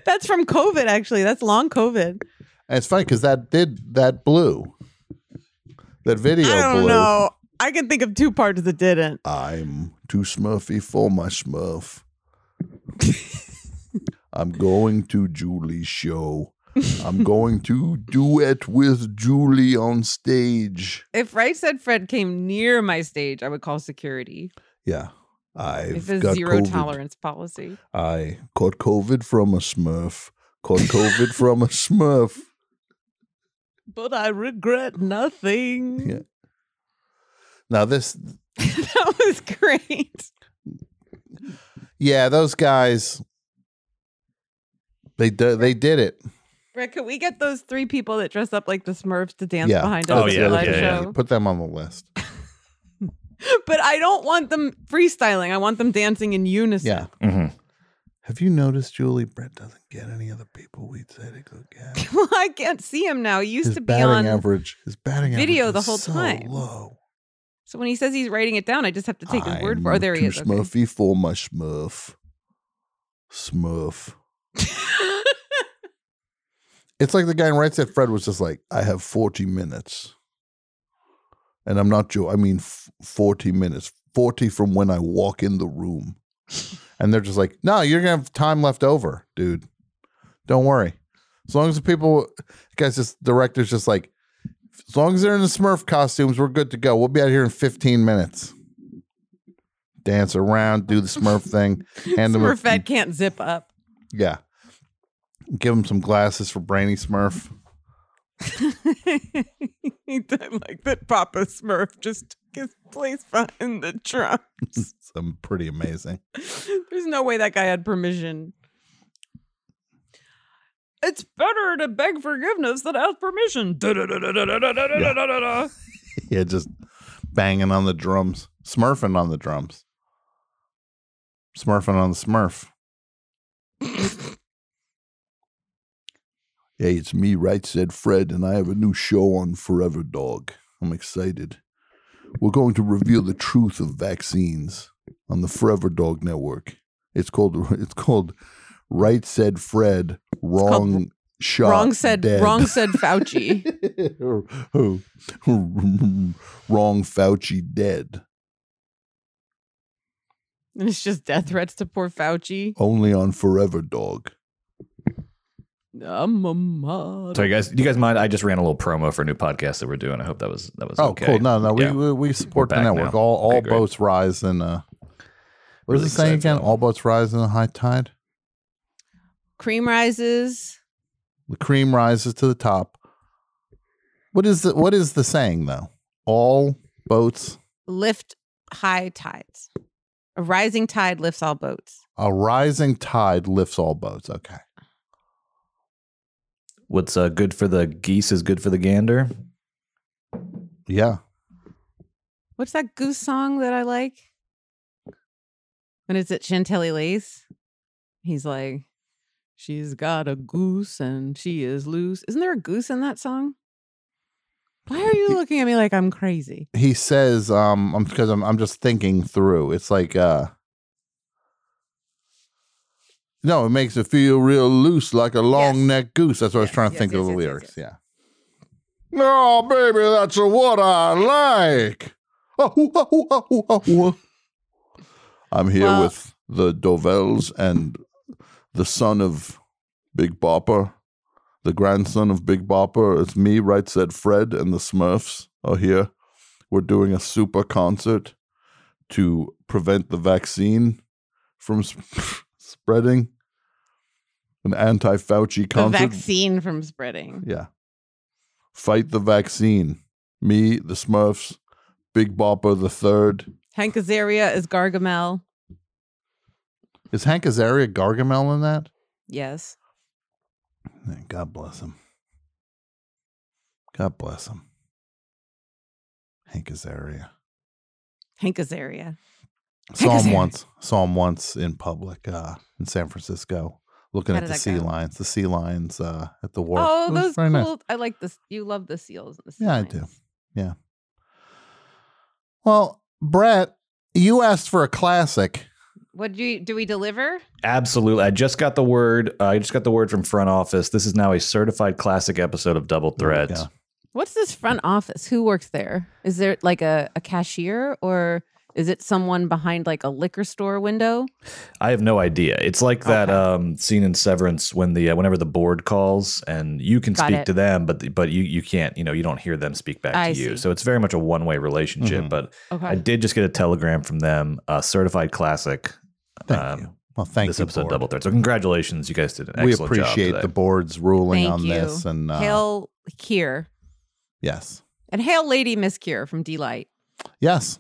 [SPEAKER 4] That's from COVID, actually. That's long COVID.
[SPEAKER 2] And it's funny because that did that blue. That video
[SPEAKER 6] I don't
[SPEAKER 2] blue.
[SPEAKER 6] know. I can think of two parts that didn't.
[SPEAKER 16] I'm too smurfy for my smurf. I'm going to Julie's show. I'm going to duet with Julie on stage.
[SPEAKER 4] If Right Said Fred came near my stage, I would call security.
[SPEAKER 16] Yeah. I've
[SPEAKER 4] It's a
[SPEAKER 16] got
[SPEAKER 4] zero
[SPEAKER 16] COVID.
[SPEAKER 4] tolerance policy.
[SPEAKER 16] I caught COVID from a smurf. Caught COVID from a smurf.
[SPEAKER 6] But I regret nothing.
[SPEAKER 2] Yeah. Now this
[SPEAKER 6] that was great.
[SPEAKER 2] Yeah, those guys. They do, they did it.
[SPEAKER 4] Rick, could we get those three people that dress up like the Smurfs to dance
[SPEAKER 2] Oh, yeah.
[SPEAKER 4] behind us at the live show?
[SPEAKER 2] Put them on the list.
[SPEAKER 4] But I don't want them freestyling. I want them dancing in unison.
[SPEAKER 2] Yeah.
[SPEAKER 3] Mm-hmm.
[SPEAKER 2] Have you noticed Julie Brett doesn't get any of the people we said it could get?
[SPEAKER 4] well, I can't see him now. He used
[SPEAKER 2] His
[SPEAKER 4] to be
[SPEAKER 2] batting
[SPEAKER 4] on
[SPEAKER 2] average. His batting
[SPEAKER 4] video
[SPEAKER 2] average
[SPEAKER 4] the
[SPEAKER 2] is
[SPEAKER 4] whole
[SPEAKER 2] so
[SPEAKER 4] time.
[SPEAKER 2] Low.
[SPEAKER 4] So when he says he's writing it down, I just have to take his word for. Oh, there he
[SPEAKER 16] Too
[SPEAKER 4] is. Okay.
[SPEAKER 16] smurfy for my smurf. Smurf.
[SPEAKER 2] It's like the guy in Right Said Fred was just like,
[SPEAKER 16] I have 40 minutes. And I'm not joking. I mean, f- 40 minutes. 40 from when I walk in the room.
[SPEAKER 2] and they're just like, no, you're gonna have time left over, dude. Don't worry. As long as the people, guys, just directors, just like, as long as they're in the Smurf costumes, we're good to go. We'll be out here in 15 minutes. Dance around, do the Smurf thing, hand them a
[SPEAKER 4] Smurfette can't zip up.
[SPEAKER 2] Yeah. Give him some glasses for Brainy Smurf.
[SPEAKER 6] He did like that Papa Smurf just took his place behind the drum.
[SPEAKER 2] Some pretty amazing.
[SPEAKER 4] There's no way that guy had permission. It's better to beg forgiveness than ask permission. Da-da-da-da-da-da-da-da-da-da.
[SPEAKER 2] Yeah, just banging on the drums, smurfing on the drums, smurfing on the Smurf.
[SPEAKER 16] Hey, it's me, right? Said Fred, and I have a new show on Forever Dog. I'm excited. We're going to reveal the truth of vaccines on the Forever Dog Network. It's called it's called Right Said Fred, Wrong Shot.
[SPEAKER 4] wrong said.
[SPEAKER 16] Dead.
[SPEAKER 4] Wrong said. Fauci.
[SPEAKER 16] wrong Fauci dead.
[SPEAKER 4] and it's just death threats to poor Fauci.
[SPEAKER 16] Only on Forever Dog.
[SPEAKER 4] Um, um, uh,
[SPEAKER 3] So you guys, do you guys mind? I just ran a little promo for a new podcast that we're doing. I hope that was that was
[SPEAKER 2] Oh,
[SPEAKER 3] okay.
[SPEAKER 2] cool. No, no, we
[SPEAKER 3] Yeah.
[SPEAKER 2] we, we support
[SPEAKER 3] We're
[SPEAKER 2] the
[SPEAKER 3] back
[SPEAKER 2] network.
[SPEAKER 3] now.
[SPEAKER 2] All all
[SPEAKER 3] Okay, great.
[SPEAKER 2] boats rise in uh what
[SPEAKER 3] Really
[SPEAKER 2] does it say
[SPEAKER 3] excited
[SPEAKER 2] again? All boats rise in the high tide.
[SPEAKER 4] cream rises.
[SPEAKER 2] The cream rises to the top. What is the what is the saying though? All Boats.
[SPEAKER 4] Lift high tides. A rising tide lifts all boats.
[SPEAKER 2] A rising tide lifts all boats. Okay.
[SPEAKER 3] What's uh, good for the geese is good for the gander.
[SPEAKER 2] Yeah.
[SPEAKER 4] What's that goose song that I like? When is it Chantilly Lace? He's like, she's got a goose and she is loose. Isn't there a goose in that song? Why are you looking at me like I'm crazy?
[SPEAKER 2] He says, um, I'm because I'm I'm just thinking through. It's like uh no, it makes it feel real loose like a long necked goose. That's what I was trying to think of the lyrics. Yeah.
[SPEAKER 17] Oh, baby, that's what I like.
[SPEAKER 2] I'm here
[SPEAKER 17] Well-
[SPEAKER 2] with the Dovells and the son of Big Bopper, the grandson of Big Bopper. It's me, right? Said Fred, and the Smurfs are here. We're doing a super concert to prevent the vaccine from sp- spreading. An anti-Fauci
[SPEAKER 4] The
[SPEAKER 2] concert.
[SPEAKER 4] vaccine from spreading.
[SPEAKER 2] Yeah. Fight the vaccine. Me, the Smurfs, Big Bopper the Third.
[SPEAKER 4] Hank Azaria is Gargamel.
[SPEAKER 2] Is Hank Azaria Gargamel in that?
[SPEAKER 4] Yes.
[SPEAKER 2] God bless him. God bless him. Hank Azaria.
[SPEAKER 4] Hank Azaria.
[SPEAKER 2] Saw him
[SPEAKER 4] Azaria.
[SPEAKER 2] once. Saw him once in public uh, in San Francisco, looking
[SPEAKER 4] How
[SPEAKER 2] at
[SPEAKER 4] did
[SPEAKER 2] the
[SPEAKER 4] that
[SPEAKER 2] sea
[SPEAKER 4] go?
[SPEAKER 2] lions. The sea lions uh, at the wharf.
[SPEAKER 4] Oh,
[SPEAKER 2] It was
[SPEAKER 4] those cool.
[SPEAKER 2] very nice.
[SPEAKER 4] I like this. You love the seals. And the sea
[SPEAKER 2] Yeah, I
[SPEAKER 4] lions.
[SPEAKER 2] do. Yeah. Well, Brett, you asked for a classic.
[SPEAKER 4] What do you do? We deliver?
[SPEAKER 3] Absolutely. I just got the word. Uh, I just got the word from front office. This is now a certified classic episode of Double Threat.
[SPEAKER 4] What's this front office? Who works there? Is there like a, a cashier or is it someone behind like a liquor store window?
[SPEAKER 3] I have no idea. It's like that um, scene in Severance when the uh, whenever the board calls and you can
[SPEAKER 4] Got
[SPEAKER 3] speak
[SPEAKER 4] it.
[SPEAKER 3] to them, but the, but you you can't. You know, you don't hear them speak back
[SPEAKER 4] I
[SPEAKER 3] to you.
[SPEAKER 4] see.
[SPEAKER 3] So it's very much a one way relationship.
[SPEAKER 2] Mm-hmm.
[SPEAKER 3] But
[SPEAKER 4] Okay.
[SPEAKER 3] I did just get a telegram from them, uh, certified classic. Thank you.
[SPEAKER 2] Well, thank
[SPEAKER 3] this
[SPEAKER 2] you,
[SPEAKER 3] episode of
[SPEAKER 2] board.
[SPEAKER 3] Double Threat. So congratulations, you guys did an
[SPEAKER 2] we
[SPEAKER 3] excellent job
[SPEAKER 2] appreciate
[SPEAKER 3] today.
[SPEAKER 2] the board's ruling
[SPEAKER 4] Thank
[SPEAKER 2] on
[SPEAKER 4] you.
[SPEAKER 2] this. And uh,
[SPEAKER 4] hail Kier
[SPEAKER 2] yes,
[SPEAKER 4] and hail Lady Miss Kier from Delight.
[SPEAKER 2] yes.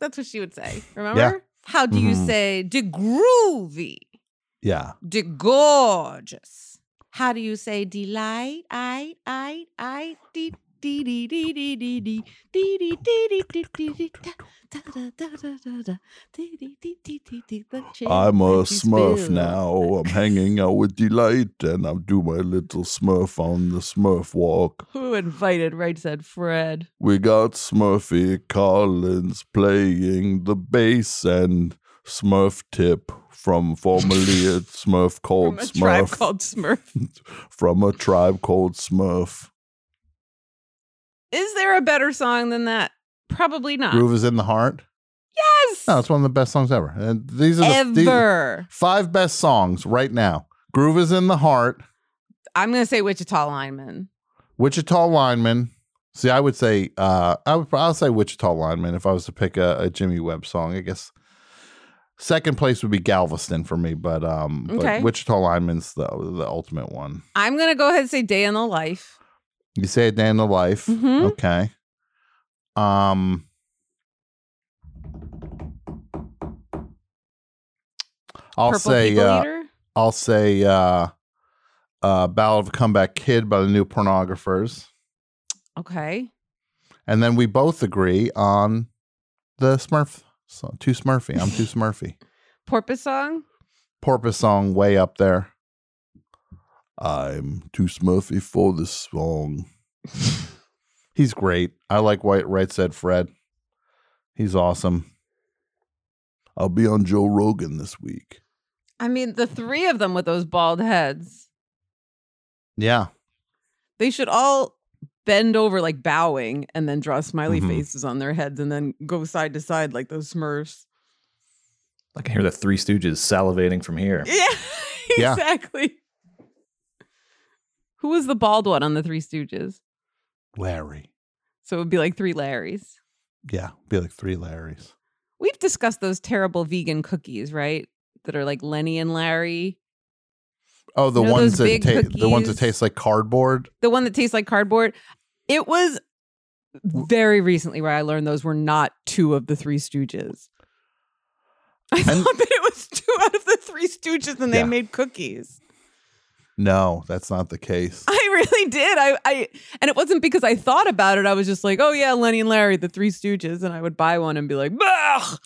[SPEAKER 4] That's what she would say. Remember? How do you
[SPEAKER 2] Mhm.
[SPEAKER 4] say de groovy,
[SPEAKER 2] Yeah.
[SPEAKER 4] de gorgeous? How do you say delight? I, I, I, dee, dee, dee, dee, dee, dee, dee, dee, dee, dee, dee, dee, dee, dee, da, da, da, da, da, da, da, dee, dee, dee, dee, dee, dee, the chick
[SPEAKER 17] I'm a
[SPEAKER 4] that you
[SPEAKER 17] smurf
[SPEAKER 4] spill.
[SPEAKER 17] now. I'm hanging out with Delight and I do my little smurf on the smurf walk.
[SPEAKER 18] Who invited Right Said Fred?
[SPEAKER 17] We got Smurfy Collins playing the bass and Smurf Tip from formerly a Smurf called
[SPEAKER 18] From a tribe
[SPEAKER 17] Smurf.
[SPEAKER 18] called Smurf.
[SPEAKER 17] from a tribe called Smurf.
[SPEAKER 4] Is there a better song than that? Probably
[SPEAKER 18] Ah.
[SPEAKER 4] not.
[SPEAKER 2] Groove is in the heart.
[SPEAKER 4] Yes.
[SPEAKER 2] No, it's one of the best songs ever. And these are the these-
[SPEAKER 4] Ever.
[SPEAKER 2] five best songs right now. Groove is in the heart.
[SPEAKER 4] I'm going to say Wichita Lineman.
[SPEAKER 2] Wichita lineman. See, I would say uh, I would I'll say Wichita lineman if I was to pick a, a Jimmy Webb song. I guess second place would be Galveston for me, but um,
[SPEAKER 4] Okay.
[SPEAKER 2] but Wichita lineman's the the ultimate one.
[SPEAKER 4] I'm going to go ahead and say Day in the Life.
[SPEAKER 2] You say a day in the life,
[SPEAKER 4] Mhm.
[SPEAKER 2] okay? Um, I'll
[SPEAKER 4] Purple
[SPEAKER 2] say
[SPEAKER 4] People
[SPEAKER 2] uh,
[SPEAKER 4] Eater?
[SPEAKER 2] I'll say uh, uh, "Ballad of a Comeback Kid" by the New Pornographers.
[SPEAKER 4] Okay.
[SPEAKER 2] And then we both agree on the Smurf song. Too Smurfy. I'm too Smurfy.
[SPEAKER 4] Porpoise Song.
[SPEAKER 2] Porpoise song way up there.
[SPEAKER 17] I'm too Smurfy for this song.
[SPEAKER 2] He's great. I like White Right Said Fred. He's awesome.
[SPEAKER 17] I'll be on Joe Rogan this week.
[SPEAKER 4] I mean, the three of them with those bald heads,
[SPEAKER 2] Yeah.
[SPEAKER 18] They should all bend over like bowing and then draw smiley
[SPEAKER 3] Mhm.
[SPEAKER 18] faces on their heads and then go side to side like those Smurfs.
[SPEAKER 3] I can hear the Three Stooges salivating from here.
[SPEAKER 18] Yeah,
[SPEAKER 3] Yeah.
[SPEAKER 18] exactly.
[SPEAKER 4] Who was the bald one on the Three Stooges?
[SPEAKER 2] Larry.
[SPEAKER 4] So it would be like three Larrys.
[SPEAKER 2] Yeah. Be like three Larrys.
[SPEAKER 4] We've discussed those terrible vegan cookies, right? That are like Lenny and Larry.
[SPEAKER 2] Oh, the
[SPEAKER 4] You know
[SPEAKER 2] ones
[SPEAKER 4] those
[SPEAKER 2] that
[SPEAKER 4] big
[SPEAKER 2] ta- the ones that
[SPEAKER 4] cookies?
[SPEAKER 2] taste like cardboard.
[SPEAKER 4] the one that tastes like cardboard. It was very recently where I learned those were not two of the Three Stooges. I thought that it was two out of the Three Stooges, and they
[SPEAKER 2] Yeah.
[SPEAKER 4] made cookies.
[SPEAKER 2] No, that's not the case.
[SPEAKER 4] I really did. I, I, and it wasn't because I thought about it. I was just like, oh yeah, Lenny and Larry, the Three Stooges, and I would buy one and be like, bah!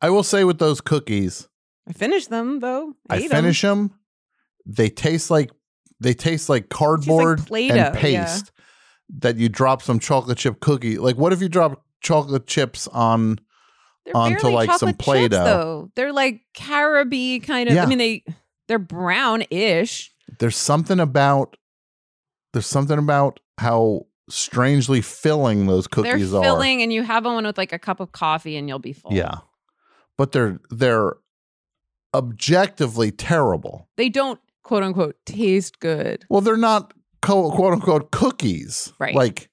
[SPEAKER 2] I will say with those cookies,
[SPEAKER 4] I finished them though.
[SPEAKER 2] I,
[SPEAKER 4] ate 'em.
[SPEAKER 2] finish them. They taste like they taste like cardboard
[SPEAKER 4] Play-Doh, yeah.
[SPEAKER 2] and paste that you drop some chocolate chip cookie. Like what if you drop chocolate chips on
[SPEAKER 4] They're
[SPEAKER 2] onto
[SPEAKER 4] barely
[SPEAKER 2] like some
[SPEAKER 4] chocolate chips,
[SPEAKER 2] Play-Doh?
[SPEAKER 4] though. They're like Caribe kind of.
[SPEAKER 2] Yeah.
[SPEAKER 4] I mean, they they're brown ish.
[SPEAKER 2] There's something about there's something about how strangely filling those
[SPEAKER 4] They're
[SPEAKER 2] cookies are.
[SPEAKER 4] filling, and you have one with like a cup of coffee, and you'll be full.
[SPEAKER 2] Yeah. But they're they're objectively terrible.
[SPEAKER 4] They don't quote unquote taste good.
[SPEAKER 2] Well, they're not co- quote unquote cookies.
[SPEAKER 4] Right.
[SPEAKER 2] Like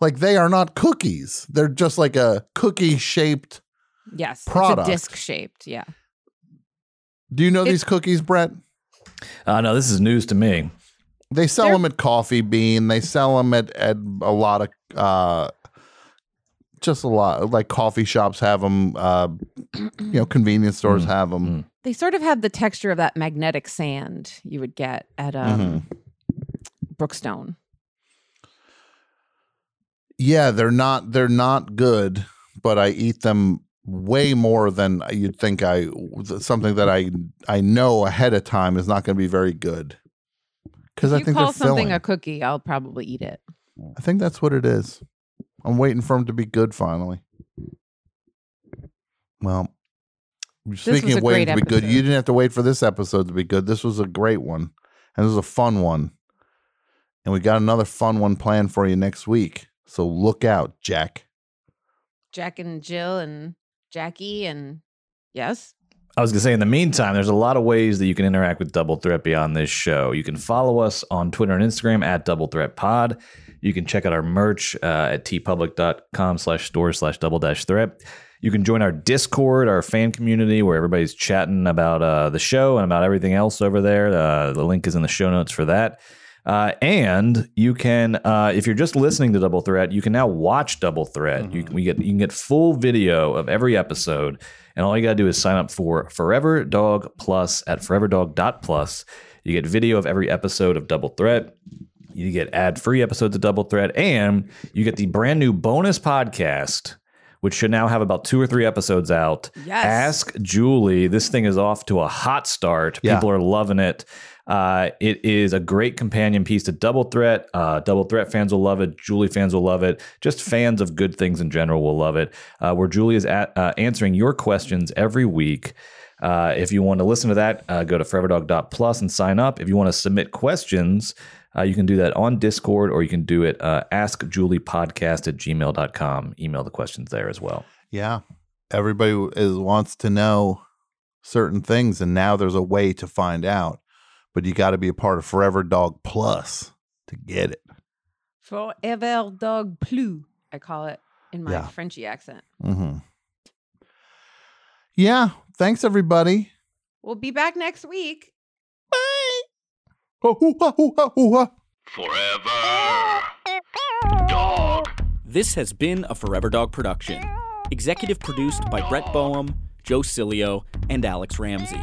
[SPEAKER 2] like they are not cookies. They're just like a cookie shaped.
[SPEAKER 4] Yes,
[SPEAKER 2] Product.
[SPEAKER 4] it's a disc shaped. Yeah,
[SPEAKER 2] Do you know
[SPEAKER 4] It-
[SPEAKER 2] these cookies, Brett?
[SPEAKER 3] Uh, no, this is news to me.
[SPEAKER 2] They sell them at Coffee Bean. They sell them at, at a lot of uh just a lot like coffee shops have them uh you know convenience stores have 'em. have them
[SPEAKER 4] they sort of have the texture of that magnetic sand you would get at um,
[SPEAKER 2] Mm-hmm.
[SPEAKER 4] Brookstone.
[SPEAKER 2] yeah they're not they're not good but i eat them way more than you'd think i something that i i know ahead of time is not going to be very good because
[SPEAKER 4] If
[SPEAKER 2] i
[SPEAKER 4] you
[SPEAKER 2] think
[SPEAKER 4] call
[SPEAKER 2] they're
[SPEAKER 4] something
[SPEAKER 2] filling
[SPEAKER 4] a cookie, I'll probably eat it.
[SPEAKER 2] i think that's what it is i'm waiting for them to be good finally well speaking
[SPEAKER 4] was
[SPEAKER 2] of
[SPEAKER 4] a
[SPEAKER 2] waiting to
[SPEAKER 4] great
[SPEAKER 2] be good you
[SPEAKER 4] episode.
[SPEAKER 2] didn't have to wait for this episode to be good this was a great one and this was a fun one and we got another fun one planned for you next week so look out jack
[SPEAKER 4] Jack and Jill and Jackie and yes,
[SPEAKER 3] I was going to say, in the meantime, there's a lot of ways that you can interact with Double Threat beyond this show. You can follow us on Twitter and Instagram at Double Threat Pod. You can check out our merch uh, at tpublic.com slash store slash double dash threat. You can join our Discord, our fan community, where everybody's chatting about uh, the show and about everything else over there. Uh, the link is in the show notes for that. Uh, and you can, uh, if you're just listening to Double Threat, you can now watch Double Threat. You can, we get you can get full video of every episode, and all you gotta do is sign up for Forever Dog Plus at foreverdog.plus. You get video of every episode of Double Threat. You get ad-free episodes of Double Threat, and you get the brand new bonus podcast, which should now have about two or three episodes out.
[SPEAKER 19] Yes.
[SPEAKER 3] Ask Julie. This thing is off to a hot start.
[SPEAKER 19] Yeah.
[SPEAKER 3] People are loving it. Uh, it is a great companion piece to Double Threat. Uh, Double Threat fans will love it. Julie fans will love it. Just fans of good things in general will love it. Uh, where Julie is at, uh, answering your questions every week. Uh, if you want to listen to that, uh, go to foreverdog.plus and sign up. If you want to submit questions, uh, you can do that on Discord or you can do it uh, askjuliepodcast at gmail.com. Email the questions there as well.
[SPEAKER 2] Yeah. Everybody w- is wants to know certain things and now there's a way to find out. But you got to be a part of Forever Dog Plus to get it.
[SPEAKER 4] forever dog blue. I call it in my
[SPEAKER 2] Yeah.
[SPEAKER 4] Frenchy accent.
[SPEAKER 2] Mhm. Yeah, thanks everybody.
[SPEAKER 4] We'll be back next week.
[SPEAKER 2] Oh, hoo-ha, hoo-ha, hoo-ha.
[SPEAKER 9] This has been a Forever Dog production. Executive produced by Brett Boehm, Joe Cilio, and Alex Ramsey.